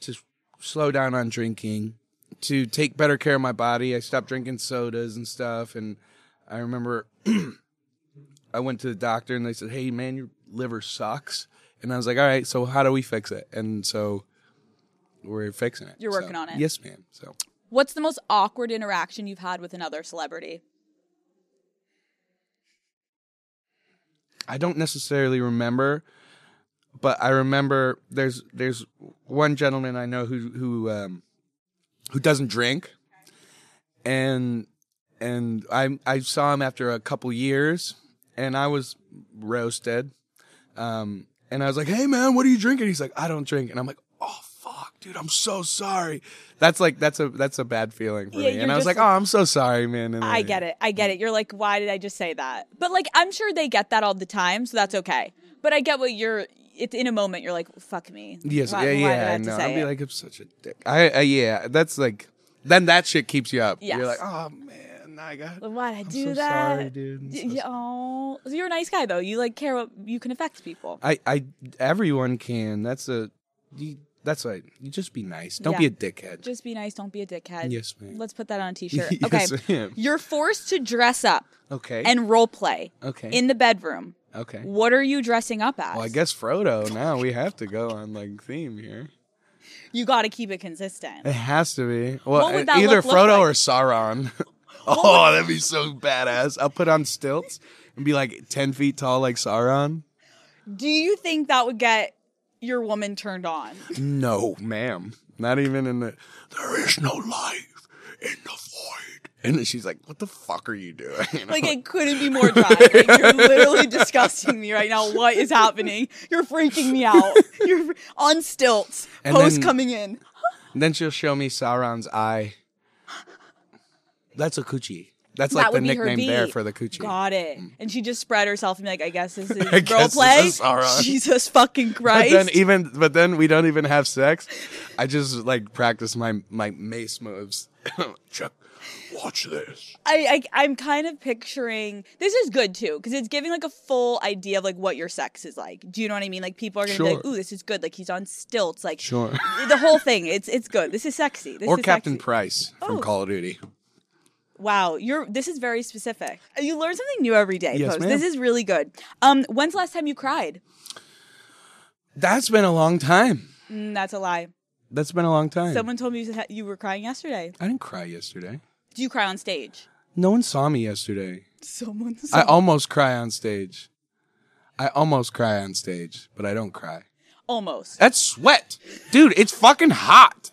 S2: to s- slow down on drinking, to take better care of my body. I stopped drinking sodas and stuff, and I remember <clears throat> I went to the doctor and they said, "Hey, man, your liver sucks." And I was like, "All right, so how do we fix it?" And so we're fixing it.
S1: You're
S2: So,
S1: working on it.
S2: Yes, ma'am. So
S1: What's the most awkward interaction you've had with another celebrity?
S2: I don't necessarily remember, but I remember there's there's one gentleman I know who who um who doesn't drink, and and I I saw him after a couple years, and I was roasted, um, and I was like, hey man, what are you drinking? He's like, I don't drink, and I'm like, oh fuck, dude, I'm so sorry. That's like that's a that's a bad feeling for
S1: Yeah,
S2: me,
S1: you're
S2: and I was
S1: just
S2: like, oh,
S1: like-
S2: I'm so sorry, man. And
S1: I get it. I get it. You're like, why did I just say that? But like, I'm sure they get that all the time, so that's okay. But I get what you're. It's in a moment. You're like, fuck me.
S2: Yes,
S1: Why,
S2: yeah, yeah.
S1: Why did I
S2: I
S1: have
S2: know.
S1: to
S2: I'd
S1: say
S2: be
S1: it?
S2: like, I'm such a dick. I, I yeah. That's like, then that shit keeps you up.
S1: Yes.
S2: You're like, oh man, now I got.
S1: why did I
S2: I'm
S1: do
S2: so
S1: that?
S2: sorry, dude. I'm so
S1: Y- Oh, so you're a nice guy though. You like care what you can affect people.
S2: I, I, everyone can. That's a, you, that's right. You just be nice. Don't
S1: Yeah.
S2: be a dickhead.
S1: Just be nice. Don't be a dickhead.
S2: <laughs> Yes, ma'am.
S1: Let's put that on a t-shirt. Okay.
S2: Yes, ma'am.
S1: You're forced to dress up
S2: okay.
S1: and role play.
S2: Okay.
S1: In the bedroom.
S2: okay.
S1: What are you dressing up as?
S2: Well, I guess Frodo. Now we have to go on like theme here.
S1: You got to keep it consistent.
S2: <laughs> It has to be. Well, e,
S1: What would that
S2: either
S1: look- look
S2: Frodo
S1: like?
S2: or <laughs> Sauron. oh, that'd be so badass. I'll put on stilts and be like 10 feet tall like Sauron.
S1: Do you think that would get your woman turned on?
S2: <laughs> No, ma'am. Not even in the. There is no life in the void. And then she's like, what the fuck are you doing? <laughs> And
S1: Like
S2: I'm
S1: it couldn't be more dry. Like,
S2: <laughs>
S1: you're literally disgusting me right now. What is happening? You're freaking me out. You're fr- on stilts.
S2: And
S1: Post
S2: then-
S1: coming in.
S2: And then she'll show me Sauron's eye. That's a coochie. That's
S1: that
S2: like the
S1: would be her
S2: nickname there
S1: beat.
S2: for the coochie. Mm.
S1: Got it. And she just spread herself and be like, I guess this is
S2: <laughs> I guess
S1: role
S2: this
S1: play.
S2: is all right.
S1: <laughs> Jesus fucking
S2: But
S1: Christ.
S2: then even but then we don't even have sex. I just like practice my my mace moves. Chuck, watch this.
S1: I, I I'm kind of picturing this is good too because it's giving like a full idea of like what your sex is like. Do you know what I mean? Like people are gonna be like,
S2: Sure.
S1: "Ooh, this is good." Like he's on stilts. Like
S2: <laughs> Sure.
S1: the whole thing. It's it's good. This is sexy. This
S2: or
S1: is
S2: Captain
S1: sexy.
S2: Price from
S1: Oh.
S2: Call of Duty.
S1: Wow, you're this is very specific. You learn something new every day.
S2: Yes,
S1: Post.
S2: ma'am.
S1: This is really good. Um, when's the last time you cried?
S2: That's been a long time.
S1: Mm, that's a lie.
S2: That's been a long time.
S1: Someone told me you said you were crying yesterday.
S2: I didn't cry yesterday.
S1: Do you cry on stage?
S2: No one saw me yesterday.
S1: Someone.
S2: I almost cry on stage. I almost cry on stage, but I don't cry.
S1: almost.
S2: That's sweat. Dude, it's fucking hot.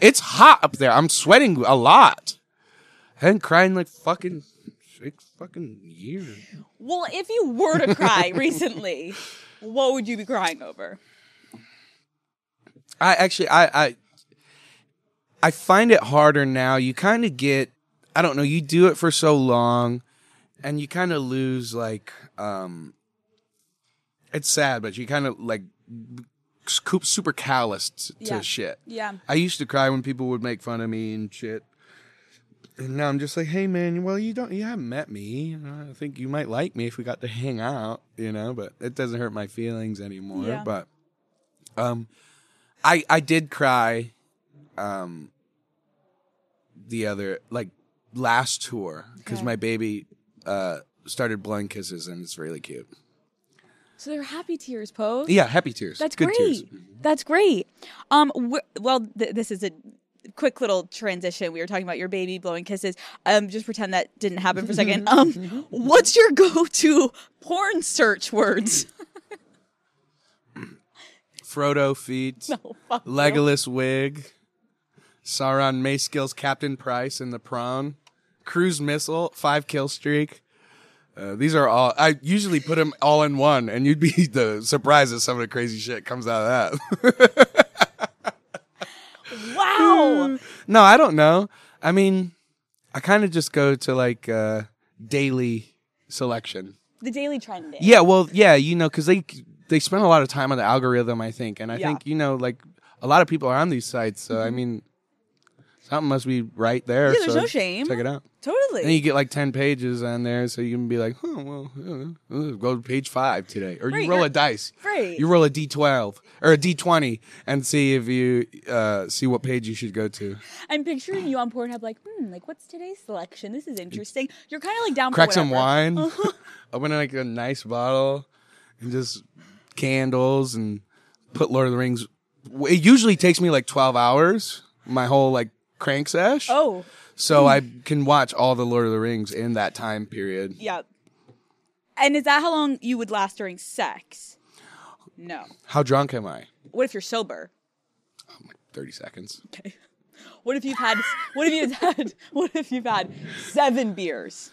S2: It's hot up there. I'm sweating a lot. I haven't cried in like fucking six fucking years.
S1: Well, if you were to cry <laughs> recently, what would you be crying over?
S2: I actually I I I find it harder now. You kind of get I don't know, you do it for so long and you kind of lose like um it's sad, but you kind of like scoop super calloused to
S1: Yeah.
S2: shit.
S1: Yeah.
S2: I used to cry when people would make fun of me and shit. And now I'm just like, hey man, well you don't, you haven't met me. I think you might like me if we got to hang out, you know. But it doesn't hurt my feelings anymore.
S1: Yeah.
S2: But, um, I I did cry, um, the other like last tour because
S1: Okay.
S2: my baby uh started blowing kisses and it's really cute.
S1: So they're happy tears, Pose.
S2: Yeah, happy tears.
S1: That's
S2: Good
S1: great.
S2: Tears.
S1: That's great. Um, wh- well, th- this is a quick little transition. We were talking about your baby blowing kisses. Um, just pretend that didn't happen for a second. Um,
S2: <laughs>
S1: what's your go-to porn search
S2: <laughs>
S1: words?
S2: Frodo feet.
S1: Oh, fuck you.
S2: Legolas wig, Sauron mace skills, Captain Price in the prawn, cruise missile, five kill streak. Uh, these are all. I usually put them all in one, and you'd be <laughs> the surprised at some of the crazy shit comes out of that. <laughs>
S1: Wow.
S2: no, I don't know. I mean, I kind of just go to like uh, daily selection.
S1: the daily trending.
S2: Hmm. Yeah, well, yeah, you know, because they they spend a lot of time on the algorithm, I think, and I
S1: Yeah. Mm-hmm.
S2: think you know, like a lot of people are on these sites, so I mean, something must be right there.
S1: Yeah, there's
S2: so
S1: no shame.
S2: Check it out. And you
S1: Totally.
S2: get like ten pages on there, so you can be like, oh well, uh, uh, go to page five today, or
S1: Right,
S2: you roll
S1: you're-
S2: a dice,
S1: right.
S2: You roll a d twelve or a d twenty and see if you uh, see what page you should go to.
S1: I'm picturing you on Pornhub, like, hmm, like what's today's selection? This is interesting. You're kind of like down
S2: Crack
S1: for
S2: some
S1: whatever. Uh-huh.
S2: wine, <laughs> open like a nice bottle, and just candles and put Lord of the Rings. It usually takes me like twelve hours, my whole like crank sesh.
S1: Oh,
S2: so I can watch all the Lord of the Rings in that time period.
S1: yeah. And is that how long you would last during sex? No.
S2: How drunk am I?
S1: What if you're sober?
S2: Thirty seconds.
S1: Okay. What if you've had? What if you've had? <laughs> What if you've had seven beers?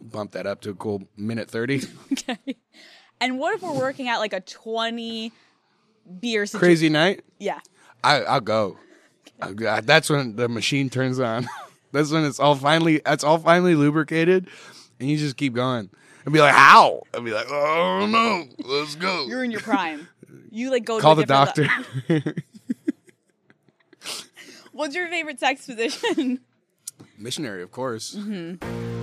S2: Bump that up to a cool minute thirty. <laughs>
S1: Okay. And what if we're working at like a twenty beer? Situ-
S2: Crazy night.
S1: Yeah.
S2: I, I'll go. I'll go. That's when the machine turns on. <laughs> That's when it's all finally. That's all finally lubricated, and you just keep going. And be like, how? I'd be like, I don't know. Let's go.
S1: You're in your prime. You like go
S2: Call
S1: to
S2: the
S1: a different
S2: doctor.
S1: le- What's your favorite sex position? <laughs>
S2: <laughs> Missionary, of course.
S1: Mm-hmm.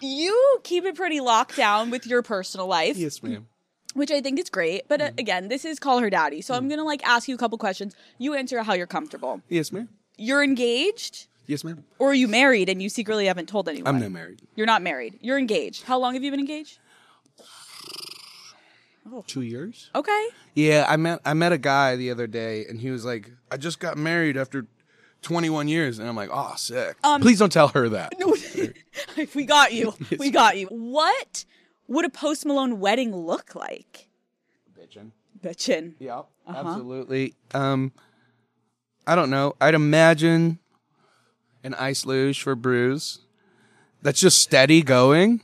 S1: You keep it pretty locked down with your personal life,
S2: Yes, Mm-hmm. ma'am.
S1: which I think is great. But uh, again, this is call her daddy. So
S2: Mm-hmm.
S1: I'm going to like ask you a couple questions. You answer how you're comfortable.
S2: Yes, ma'am.
S1: You're engaged
S2: Yes, ma'am.
S1: or are you married and you secretly haven't told anyone?
S2: I'm not married.
S1: You're not married. You're engaged. How long have you been engaged?
S2: Two years.
S1: Okay.
S2: Yeah, I met I met a guy the other day, and he was like, "I just got married after 21 years," and I'm like, "Oh, sick."
S1: Um,
S2: Please don't tell her that.
S1: <laughs> we got <laughs> you. We got you. What would a post Malone wedding look like?
S2: Bitchin'.
S1: Bitchin.
S2: Yeah, absolutely. Um, I don't know. I'd imagine an ice luge for Bruce. That's just steady going,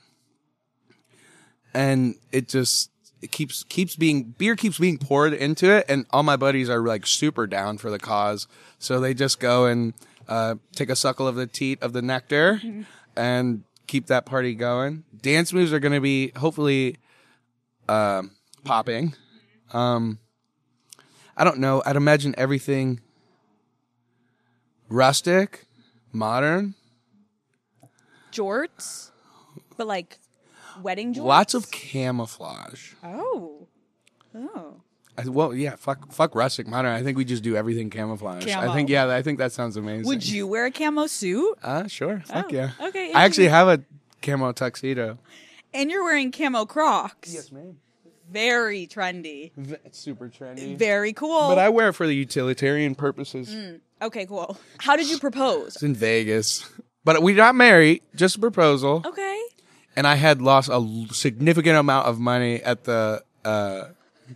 S2: and it just it keeps keeps being beer keeps being poured into it, and all my buddies are like super down for the cause, so they just go and uh, take a suckle of the teat of the nectar and keep that party going. Dance moves are going to be hopefully um popping. Um, I don't know. I'd imagine everything rustic, modern,
S1: Jorts? But like wedding jorts?
S2: lots of camouflage.
S1: Oh. Oh.
S2: I, well, yeah, fuck, fuck rustic, modern. I think we just do everything camouflage. I
S1: Camo.
S2: think, yeah, I think that sounds amazing.
S1: Would you wear a camo suit?
S2: Uh, sure. Fuck
S1: Oh,
S2: yeah.
S1: okay,
S2: I actually have a camo tuxedo.
S1: And you're wearing camo Crocs.
S2: ma'am.
S1: Very trendy.
S2: It's super trendy.
S1: Very cool.
S2: But I wear it for the utilitarian purposes.
S1: Mm. okay, cool. How did you propose?
S2: It's in Vegas. But we got married, just a proposal.
S1: Okay.
S2: and I had lost a l- significant amount of money at the uh,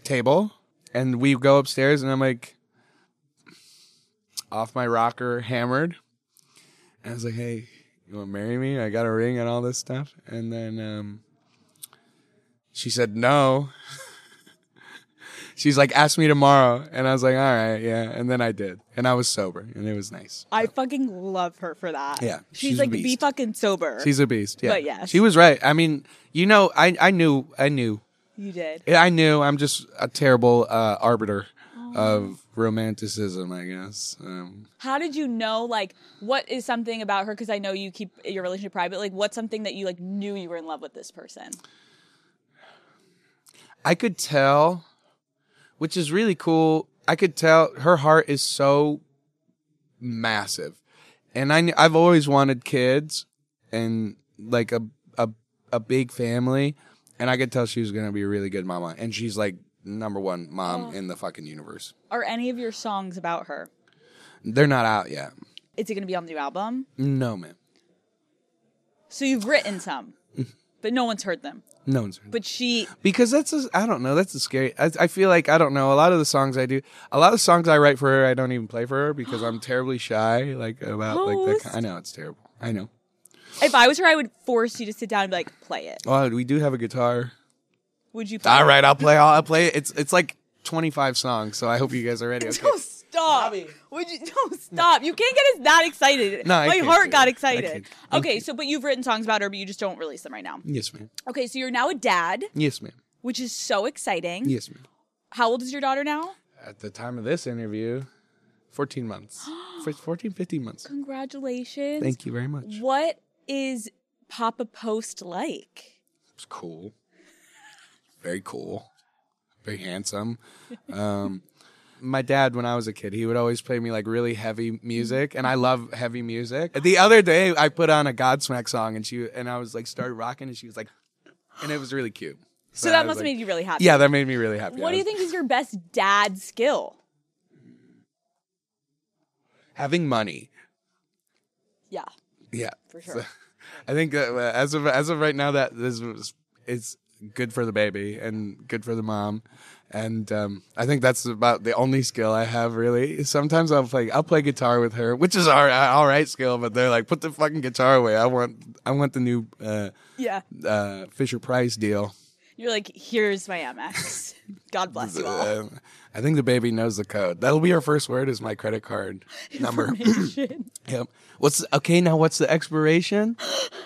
S2: table. And we go upstairs, and I'm like, off my rocker, hammered. And I was like, hey, you want to marry me? I got a ring and all this stuff. And then um, she said, no. <laughs> She's like, ask me tomorrow. And I was like, all right, yeah. And then I did. And I was sober, and it was nice.
S1: I fucking love her for that.
S2: Yeah,
S1: She's,
S2: she's a
S1: like, be
S2: beast.
S1: fucking sober.
S2: She's a beast. Yeah.
S1: But yes.
S2: She was right. I mean, you know, I, I knew, I knew
S1: you did.
S2: Yeah, I knew. I'm just a terrible uh, arbiter of romanticism, I guess. Um,
S1: How did you know, like, what is something about her? Because I know you keep your relationship private. Like, what's something that you, like, knew you were in love with this person?
S2: I could tell, which is really cool. I could tell her heart is so massive, and I kn- I've always wanted kids and like a a a big family, and I could tell she was gonna be a really good mama, and she's like number one mom in the fucking universe.
S1: Are any of your songs about her?
S2: They're not out yet.
S1: Is it going to be on the new album?
S2: No, man.
S1: So you've written
S2: <laughs>
S1: some, but no one's heard them.
S2: No one's.
S1: But she,
S2: because that's a, I don't know that's a scary I, I feel like I don't know a lot of the songs I do a lot of the songs I write for her I don't even play for her because I'm terribly shy like about like that
S1: Host.
S2: I know it's terrible I know
S1: if I was her, I would force you to sit down and be like, play it.
S2: well Oh, we do have a guitar
S1: Would you play
S2: all
S1: it?
S2: right I'll play I'll, I'll play it it's it's like 25 songs so I hope you guys are
S1: <laughs>
S2: ready okay.
S1: Don't stop. Would you <laughs> don't stop? You can't get us that excited.
S2: No, I
S1: My
S2: can't
S1: heart
S2: do
S1: got
S2: it. I
S1: excited.
S2: can't. Thank
S1: Okay, so but you've written songs about her, but you just don't release them right now.
S2: yes ma'am
S1: Okay, so you're now a dad,
S2: yes ma'am
S1: which is so exciting.
S2: yes ma'am
S1: How old is your daughter now?
S2: at the time of this interview 14 <gasps> months Fir- 14 15 months
S1: Congratulations.
S2: thank you very much
S1: What is Papa Post like?
S2: It's cool. Very cool. Very handsome. Um, <laughs> my dad, when I was a kid, he would always play me like really heavy music, and I love heavy music. The other day, I put on a Godsmack song, and she and I was like started rocking, and she was like, and it was really cute.
S1: So that
S2: I was
S1: must have
S2: like-
S1: made you really happy.
S2: Yeah, that made me really happy.
S1: What
S2: I
S1: do you
S2: was-
S1: think is your best dad skill?
S2: Having money.
S1: Yeah,
S2: Yeah,
S1: for sure.
S2: I think that, uh, as of as of right now, that this was, it's good for the baby and good for the mom. And um, I think that's about the only skill I have really. Sometimes I'll play I'll play guitar with her, which is our all right skill, but they're like, put the fucking guitar away. I want I want the new uh,
S1: Yeah.
S2: uh, Fisher Price deal.
S1: You're like, here's my MX. <laughs> God bless you
S2: <laughs>
S1: all.
S2: Um, I think the baby knows the code. That'll be our first word is my credit card number. <laughs> yep. What's okay now what's the expiration? <gasps>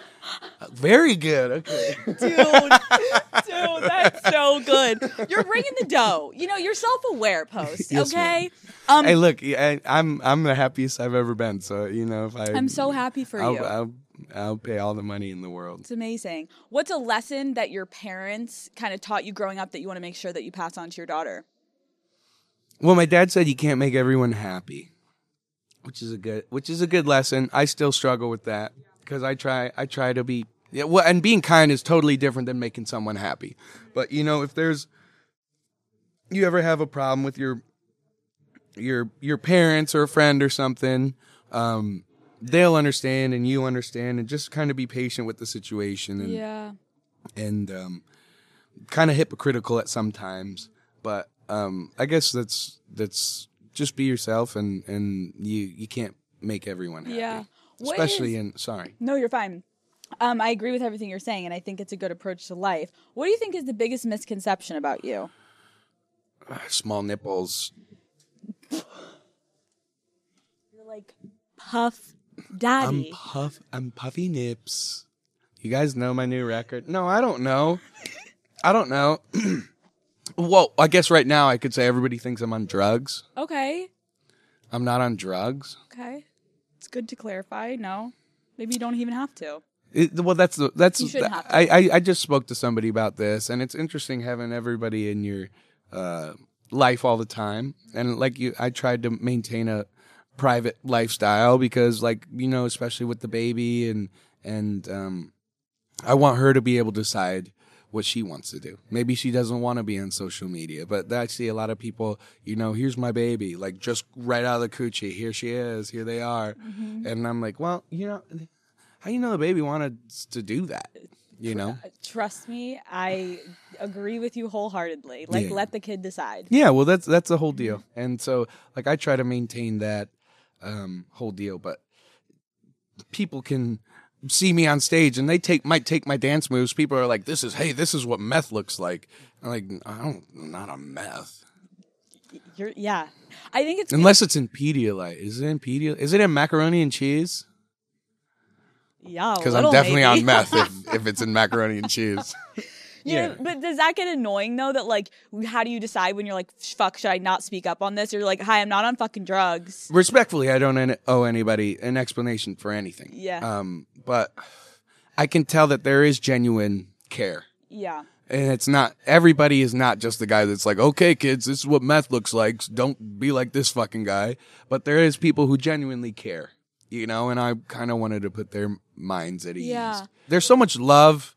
S2: Uh, Very good. Okay.
S1: dude, dude, that's so good. You're bringing the dough. You know, you're self-aware, post.
S2: Yes,
S1: okay, Um,
S2: hey, look, I, I'm I'm the happiest I've ever been. So you know, if I
S1: I'm so happy for
S2: I'll,
S1: you.
S2: I'll, I'll pay all the money in the world.
S1: it's amazing. What's a lesson that your parents kind of taught you growing up that you want to make sure that you pass on to your daughter?
S2: Well, my dad said you can't make everyone happy, which is a good which is a good lesson. I still struggle with that because I try I try to be yeah. Well, and being kind is totally different than making someone happy. But you know, if there's you ever have a problem with your your your parents or a friend or something, um, they'll understand and you understand, and just kind of be patient with the situation. And,
S1: Yeah,
S2: and um, kind of hypocritical at some times. But um, I guess that's that's just be yourself, and and you you can't make everyone happy.
S1: yeah. What is-
S2: especially in sorry.
S1: no, you're fine. Um, I agree with everything you're saying, and I think it's a good approach to life. What do you think is the biggest misconception about you?
S2: small nipples.
S1: You're like puff daddy.
S2: I'm puff. I'm puffy nips. You guys know my new record? No, I don't know. I don't know. <clears throat> well, I guess right now I could say everybody thinks I'm on drugs.
S1: okay,
S2: I'm not on drugs.
S1: okay. It's good to clarify. No, maybe you don't even have to.
S2: It, well, that's the that's
S1: You shouldn't have to.
S2: I, I I just spoke to somebody about this, and it's interesting having everybody in your uh, life all the time. And like you, I tried to maintain a private lifestyle because, like you know, especially with the baby, and and um, I want her to be able to decide what she wants to do. Maybe she doesn't want to be on social media, but I see a lot of people, you know, here's my baby, like just right out of the coochie, here she is, here they are,
S1: Mm-hmm.
S2: and I'm like, well, you know how you know the baby wanted s- to do that? You know?
S1: Trust me, I agree with you wholeheartedly. Like,
S2: Yeah.
S1: let the kid decide.
S2: Yeah. Well, that's that's the whole deal. Mm-hmm. And so, like, I try to maintain that um, whole deal, but people can see me on stage and they take might take my dance moves. People are like, "This is hey, this is what meth looks like." I'm like, I don't, I'm not a meth.
S1: You're, yeah, I think it's
S2: Unless it's in Pedialyte. Is it in Pedialyte? Is it in macaroni and cheese?
S1: yeah,
S2: Because I'm definitely on meth if, if it's in macaroni and cheese.
S1: yeah,
S2: yeah.
S1: but does that get annoying though? That like, how do you decide when you're like, fuck, should I not speak up on this? Or you're like, hi, I'm not on fucking drugs.
S2: respectfully, I don't an- owe anybody an explanation for anything.
S1: Yeah.
S2: Um, but I can tell that there is genuine care.
S1: Yeah,
S2: And it's not, everybody is not just the guy that's like, okay, kids, this is what meth looks like. Don't be like this fucking guy. But there is people who genuinely care, you know, and I kind of wanted to put their minds at ease.
S1: Yeah.
S2: There's so much love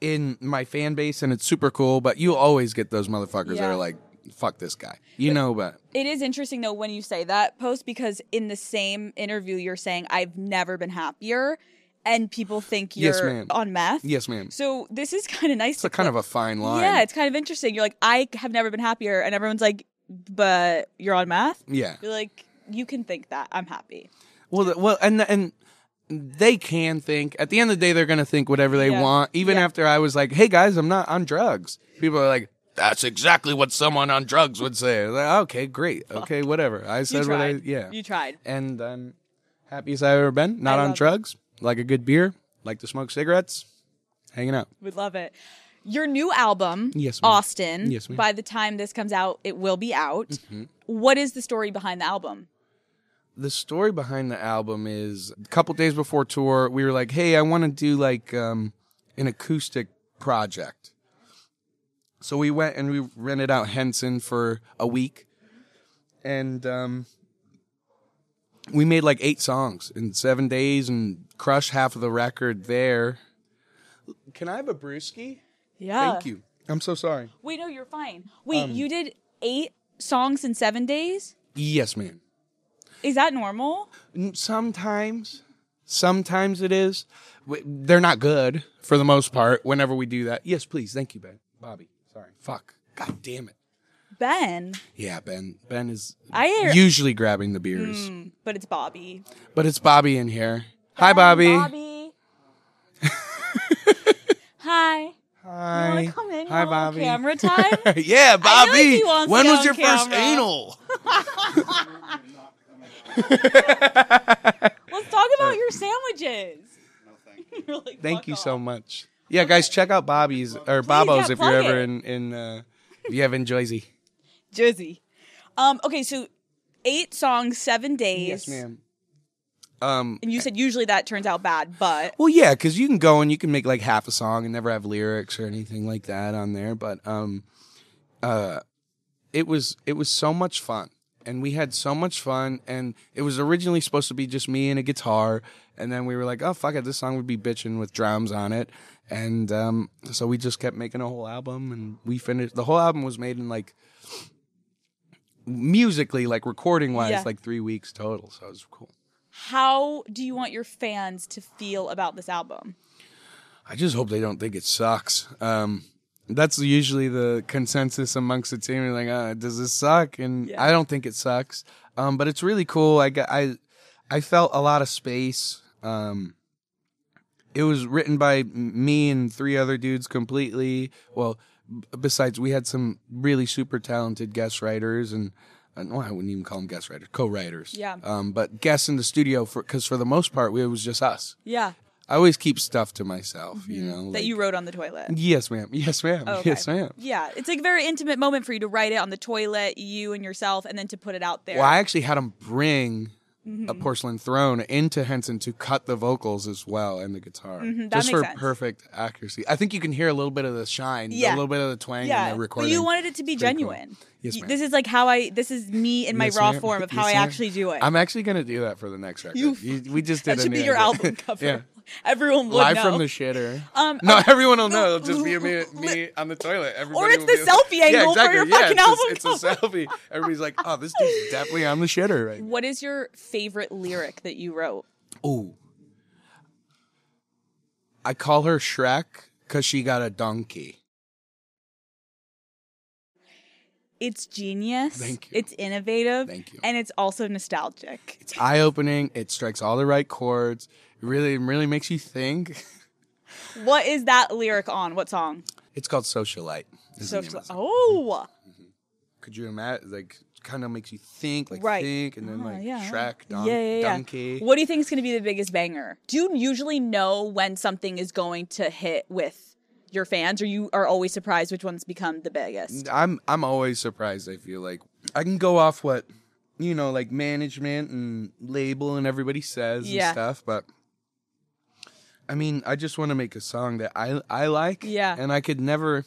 S2: in my fan base and it's super cool, but you always get those motherfuckers that
S1: Yeah.
S2: are like, fuck this guy, you know, but
S1: it is interesting though when you say that post because in the same interview you're saying I've never been happier, and people think you're
S2: Yes, ma'am.
S1: on meth.
S2: yes, ma'am.
S1: So this is <laughs> kind of nice.
S2: It's a kind of a fine line.
S1: Yeah, it's kind of interesting. You're like, I have never been happier, and everyone's like, but you're on math.
S2: Yeah.
S1: You're like, you can think that. I'm happy.
S2: Well, th- well, and and they can think. At the end of the day, they're gonna think whatever they
S1: Yeah.
S2: want. Even
S1: Yeah.
S2: after I was like, "Hey guys, I'm not on drugs." People are like, "That's exactly what someone on drugs would say." Like, oh, okay, great. Okay, whatever. I
S1: You
S2: said what I
S1: tried.
S2: yeah.
S1: You tried.
S2: and I'm happiest I've ever been. Not
S1: I
S2: on
S1: love it.
S2: drugs. Like a good beer. Like to smoke cigarettes. Hanging out.
S1: We love it. Your new album,
S2: Yes, ma'am.
S1: Austin.
S2: Yes, ma'am. Mm-hmm.
S1: By the time this comes out, it will be out. What is the story behind the album?
S2: the story behind the album is a couple days before tour, we were like, "Hey, I want to do like um, an acoustic project." So we went and we rented out Henson for a week, and um, we made like eight songs in seven days and crushed half of the record there. Can I have a brewski?
S1: Yeah.
S2: Thank you. Um, I'm so sorry.
S1: Wait, no, you're fine. Wait, you did eight songs in seven days?
S2: Yes, man.
S1: Is that normal?
S2: N- Sometimes, Sometimes it is. W- They're not good for the most part. Whenever we do that, yes, please, thank you, Ben, Bobby. Sorry, fuck, god damn it.
S1: Ben,
S2: Yeah, Ben. Ben is
S1: I hear-
S2: usually grabbing the beers,
S1: but it's Bobby.
S2: but it's Bobby in here. Hi, Bobby. <laughs>
S1: Bobby. Hi.
S2: Hi.
S1: Wanna come in?
S2: Hi,
S1: Wanna
S2: Bobby.
S1: Camera
S2: <laughs>
S1: time. I
S2: yeah,
S1: know
S2: Bobby.
S1: he wants to
S2: when
S1: get
S2: was
S1: on
S2: your first
S1: camera.
S2: anal?
S1: Let's talk about your sandwiches. <laughs> No, thank you.
S2: Thank you so much. Yeah, guys, check out Bobby's or Babos
S1: yeah,
S2: if you're
S1: plug
S2: ever
S1: it.
S2: in in uh, if you have in Jersey.
S1: Jersey. Um. Okay. So, eight songs, seven days.
S2: Yes, ma'am. Um.
S1: And you said usually that turns out bad, but
S2: Well, yeah, because you can go and you can make like half a song and never have lyrics or anything like that on there. But um, uh, it was it was so much fun, and we had so much fun. And it was originally supposed to be just me and a guitar, and then we were like, oh fuck it, this song would be bitching with drums on it, and um, so we just kept making a whole album, and we finished the whole album was made in like musically, like recording wise,
S1: Yeah.
S2: like three weeks total. So it was cool.
S1: how do you want your fans to feel about this album?
S2: I just hope they don't think it sucks. Um, that's usually the consensus amongst the team. You're Like, uh, does this suck? And
S1: Yeah.
S2: I don't think it sucks. Um, but it's really cool. I got, I, I felt a lot of space. Um, it was written by m- me and three other dudes completely. Well, b- besides we had some really super talented guest writers and. uh, No, I wouldn't even call them guest writers, co-writers.
S1: Yeah.
S2: Um, but guests in the studio for because for the most part, we, it was just us.
S1: Yeah,
S2: I always keep stuff to myself, you know.
S1: Mm-hmm. that
S2: like-
S1: you wrote on the toilet.
S2: Yes, ma'am. Yes, ma'am.
S1: Okay.
S2: Yes, ma'am.
S1: Yeah, it's like a very intimate moment for you to write it on the toilet, you and yourself, and then to put it out there.
S2: Well, I actually had him bring a
S1: Mm-hmm.
S2: porcelain throne into Henson to cut the vocals as well and the guitar,
S1: Mm-hmm. that
S2: just
S1: makes
S2: for
S1: sense.
S2: perfect accuracy. I think you can hear a little bit of the shine,
S1: Yeah.
S2: a little bit of the twang in
S1: yeah,
S2: the
S1: but
S2: recording.
S1: you wanted it to be
S2: pretty cool.
S1: genuine.
S2: Yes,
S1: Y-
S2: ma'am.
S1: This is like how I. This is me in my
S2: Yes,
S1: raw
S2: ma'am.
S1: form of
S2: Yes,
S1: how I
S2: ma'am.
S1: actually do it.
S2: I'm actually gonna do that for the next record.
S1: You-
S2: You- we just
S1: <laughs> that
S2: did. a
S1: should be
S2: new
S1: your
S2: idea.
S1: album cover.
S2: <laughs> yeah.
S1: Everyone would
S2: Live
S1: know.
S2: from the shitter.
S1: Um,
S2: no, <laughs>
S1: uh,
S2: everyone will know. It'll just be
S1: <laughs>
S2: me, me on the toilet. Everybody
S1: Or it's
S2: will
S1: the
S2: be like-
S1: selfie
S2: yeah,
S1: angle for
S2: exactly.
S1: your
S2: yeah,
S1: fucking
S2: it's
S1: album
S2: A, it's a selfie. Everybody's like, "Oh, this dude's definitely on the shitter right
S1: what is your favorite lyric that you wrote?
S2: Ooh. I call her Shrek because she got a donkey.
S1: It's genius.
S2: Thank you.
S1: It's innovative.
S2: Thank you.
S1: And it's also nostalgic.
S2: It's eye opening. It strikes all the right chords. It really, really makes you think.
S1: What is that lyric on? What song?
S2: It's called Socialite. is
S1: So
S2: the name of the song.
S1: oh,
S2: Could you imagine? Like, kind of makes you think, like,
S1: Right.
S2: think, and then,
S1: Oh,
S2: like,
S1: yeah.
S2: Shrek, don-
S1: yeah, yeah, yeah.
S2: donkey.
S1: What do you think is going to be the biggest banger? Do you usually know when something is going to hit with your fans, or you are always surprised which ones become the biggest?
S2: I'm I'm always surprised. I feel like I can go off what you know, like management and label and everybody says
S1: Yeah.
S2: and stuff, but I mean, I just want to make a song that I I like.
S1: Yeah.
S2: and I could never.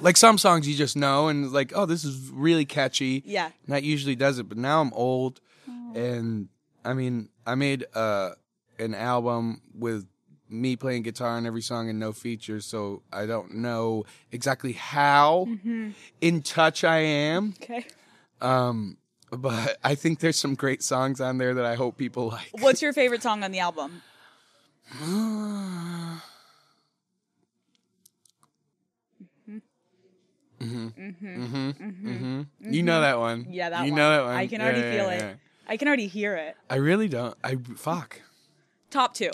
S2: Like some songs, you just know, and it's like, oh, this is really catchy.
S1: Yeah.
S2: and that usually does it. But now I'm old,
S1: Oh.
S2: and I mean, I made uh an album with me playing guitar on every song and no features, so I don't know exactly how
S1: Mm-hmm.
S2: in touch I am.
S1: Okay.
S2: Um, but I think there's some great songs on there that I hope people like. <gasps>
S1: What's your favorite song on the album? Mm-hmm.
S2: Mm-hmm. You know that one.
S1: Mm-hmm. Yeah, that
S2: you
S1: one.
S2: know that one.
S1: I can
S2: Yeah,
S1: already
S2: yeah,
S1: feel
S2: yeah,
S1: it.
S2: yeah.
S1: I can already hear it.
S2: I really don't. I fuck.
S1: Top two.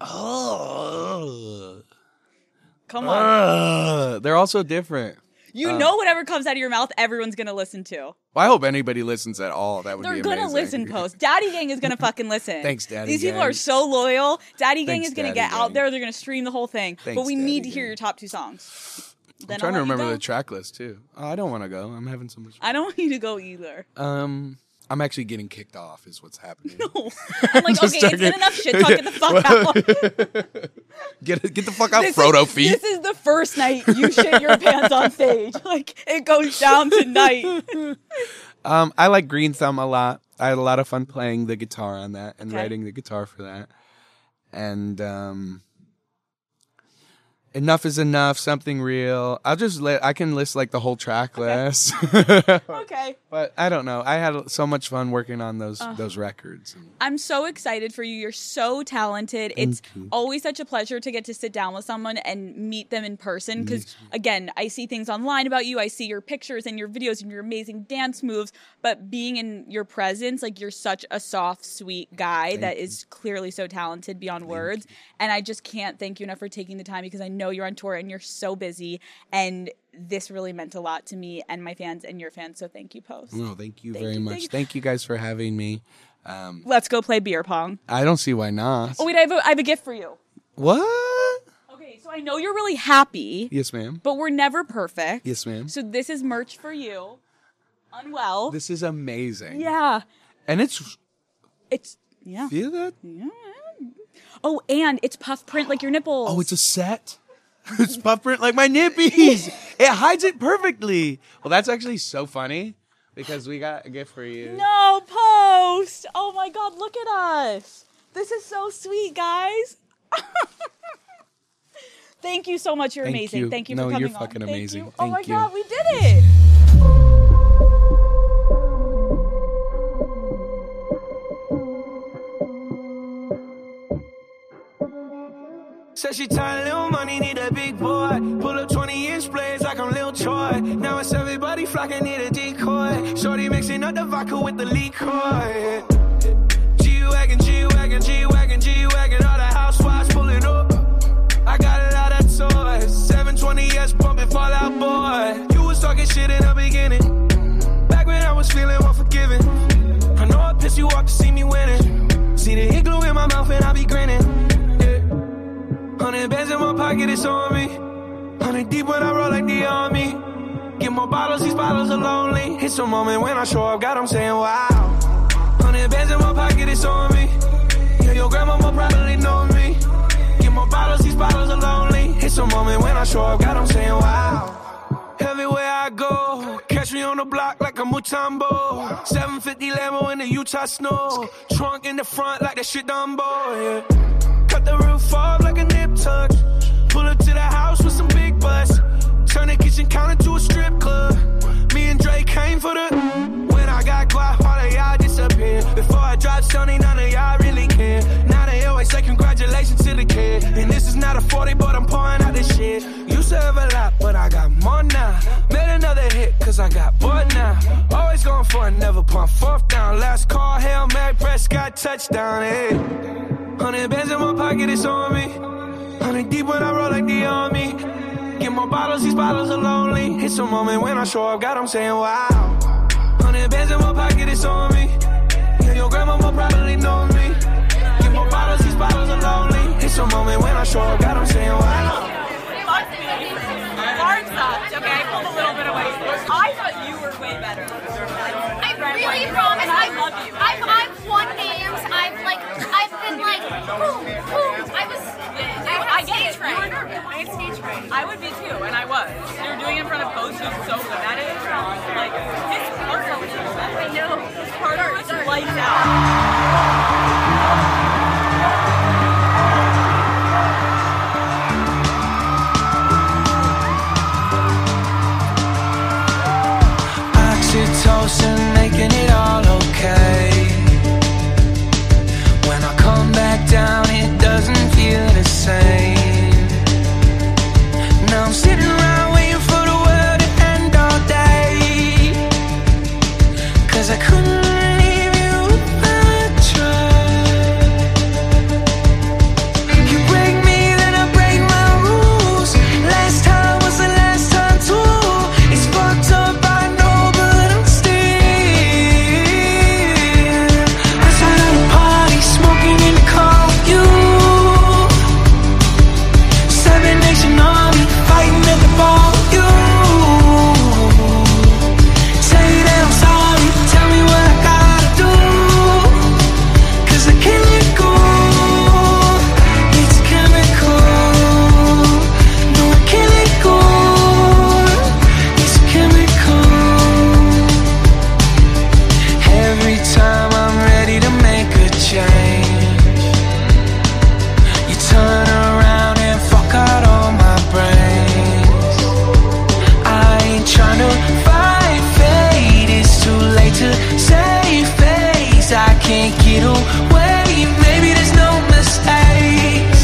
S2: Oh,
S1: Come
S2: Uh,
S1: on.
S2: they're all so different. uh.
S1: you know, whatever comes out of your mouth, everyone's going to listen to.
S2: Well, I hope anybody listens at all. That would
S1: They're
S2: be
S1: gonna
S2: amazing.
S1: listen post. Daddy Gang
S2: <laughs>
S1: is gonna fucking listen.
S2: Thanks, Daddy
S1: These people
S2: Gang.
S1: are so loyal. Daddy Gang
S2: Thanks,
S1: is gonna
S2: Daddy
S1: get out
S2: Gang.
S1: there. They're gonna stream the whole thing. but
S2: Thanks,
S1: we need to
S2: Daddy
S1: hear
S2: Gang.
S1: your top two songs. Then I'll
S2: I'm trying to
S1: let you
S2: remember
S1: go.
S2: the track list too. Oh, I don't want to go. I'm having so much.
S1: I don't want you to go
S2: <laughs>
S1: either. <laughs>
S2: Um, I'm actually getting kicked off. Is what's happening.
S1: I'm like, okay,
S2: Just
S1: it's been
S2: joking.
S1: enough shit talking
S2: <laughs>
S1: the fuck out.
S2: Get get the fuck out,
S1: This
S2: Frodo
S1: is,
S2: feet.
S1: This is the first night you shit your pants on stage. <laughs> Like it goes down
S2: <laughs>
S1: tonight.
S2: Um, I like Green Thumb a lot. I had a lot of fun playing the guitar on that and
S1: Okay.
S2: writing the guitar for that. And um, Enough is enough. Something real. I'll just let. I can list like the whole track list. <laughs>
S1: Okay.
S2: but I don't know. I had so much fun working on those
S1: Ah.
S2: those records.
S1: I'm so excited for you. You're so talented. it's always such a pleasure to get to sit down with someone and meet them in person. Because again, I see things online about you. I see your pictures and your videos and your amazing dance moves. But being in your presence, like you're such a soft, sweet guy that is clearly so talented beyond words. And I just can't thank you enough for taking the time because I know you're on tour and you're so busy. And this really meant a lot to me and my fans and your fans. So thank you, Post.
S2: No, thank you very
S1: you,
S2: much.
S1: thank you.
S2: Thank you guys for having me.
S1: Let's go play beer pong.
S2: I don't see why not.
S1: Oh wait, I have a, I have a gift for you.
S2: What?
S1: Okay, so I know you're really happy,
S2: Yes, ma'am.
S1: but we're never perfect.
S2: Yes, ma'am.
S1: So this is merch for you. Unwell.
S2: This is amazing.
S1: yeah.
S2: And it's
S1: It's yeah.
S2: feel that?
S1: Oh, and it's puff print like your nipples.
S2: Oh, it's a set. <laughs> it's puff print like my nippies. it hides it perfectly. Well, that's actually so funny because we got a gift for you.
S1: no post. Oh my god, look at us. This is so sweet, guys. <laughs> Thank you so much. You're
S2: Thank
S1: amazing.
S2: you.
S1: Thank you
S2: No,
S1: for
S2: you're
S1: coming on.
S2: fucking
S1: Thank
S2: amazing.
S1: you. Oh my
S2: Thank you.
S1: god, we did it.
S4: Said she tired, little money, need a big boy. Pull up 20 inch blades like I'm Lil Troy. Now it's everybody flocking, need a decoy. Shorty mixing up the vodka with the liquor. G Wagon, G Wagon, G Wagon, G Wagon, all the housewives pulling up. I got a lot of toys. 720S bumping Fallout Boy. You was talking shit in the beginning. Back when I was feeling unforgiving. I know I pissed you off to see me winning. See the hit glue in my mouth and I be grinning. Yeah. Hundred bands in my pocket, it's on me. Hundred deep when I roll like the army. Get more bottles, these bottles are lonely. It's a moment when I show up, God, I'm saying wow. Hundred bands in my pocket, it's on me. Yeah, your grandma more probably know me. Get more bottles, these bottles are lonely. It's a moment when I show up, God, I'm saying wow. Everywhere I go, catch me on the block like a Mutombo. 750 Lambo in the Utah snow. Trunk in the front like that shit Dumbo, yeah. Cut the roof off like a nip tuck. Pull up to the house with some big butts. Turn the kitchen counter to a strip club. Me and Dre came for the. When I got quiet, all of y'all disappeared. Before I dropped Sony, none of y'all really care. Now they always say congratulations to the kid. And this is not a 40, but I'm pouring out this shit. Used to have a lot, but I got more now. Made another hit, cause I got bored now. Always going for it, never pump fourth down. Last call, Hail Mary, Prescott, touchdown, eh. Hundred bands in my pocket, it's on me. Hundred deep when I roll like the army. Get more bottles, these bottles are lonely. It's a moment when I show up, God, I'm saying wow. Hundred bands in my pocket, it's on me. Yeah, your grandma will probably know me. Get more bottles, these bottles are lonely. It's a moment when I show up, God, I'm saying wow.
S5: Hard stopped, okay? I pulled a little bit away. I thought you were way better. I really promise. I love you. I've, I've won games. I've like, I've been like, boom, boom. I was, I, had stage fright. I had stage fright. I would be too, and I was. You're doing it in front of Post, who's so good at it. Like, his partner was so good. I know. His partner was lights out.
S4: Oxytocin making it all okay. When I come back down, it doesn't feel the same. Now I'm sitting fatal wave. Maybe there's no mistakes.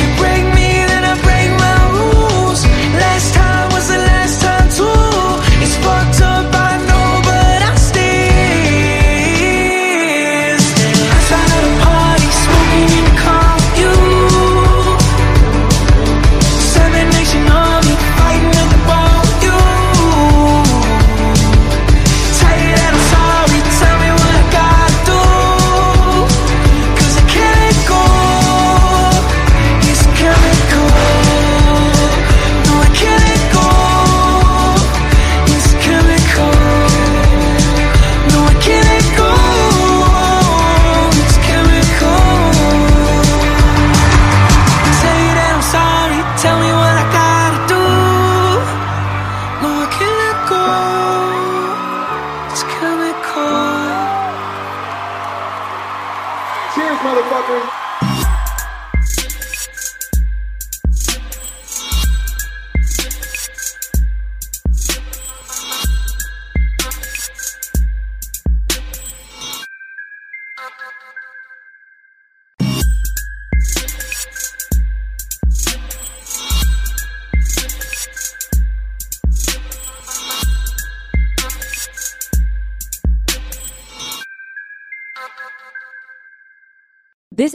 S4: You break me, then I break my rules. Last time was the last time too. It's fucked up, I know, but I still. Outside of the party, smoking in the car with you. Seven Nation Army fighting at the bar with you. Tell you that I'm sorry, tell me what I gotta do. 'Cause I can't go, it's a chemical. No, I can't go, it's a chemical. No, I can't go, it's a chemical. Say that I'm sorry, tell me what I gotta do. No, I can't go. It's chemical.
S6: Cheers, motherfucker.
S3: This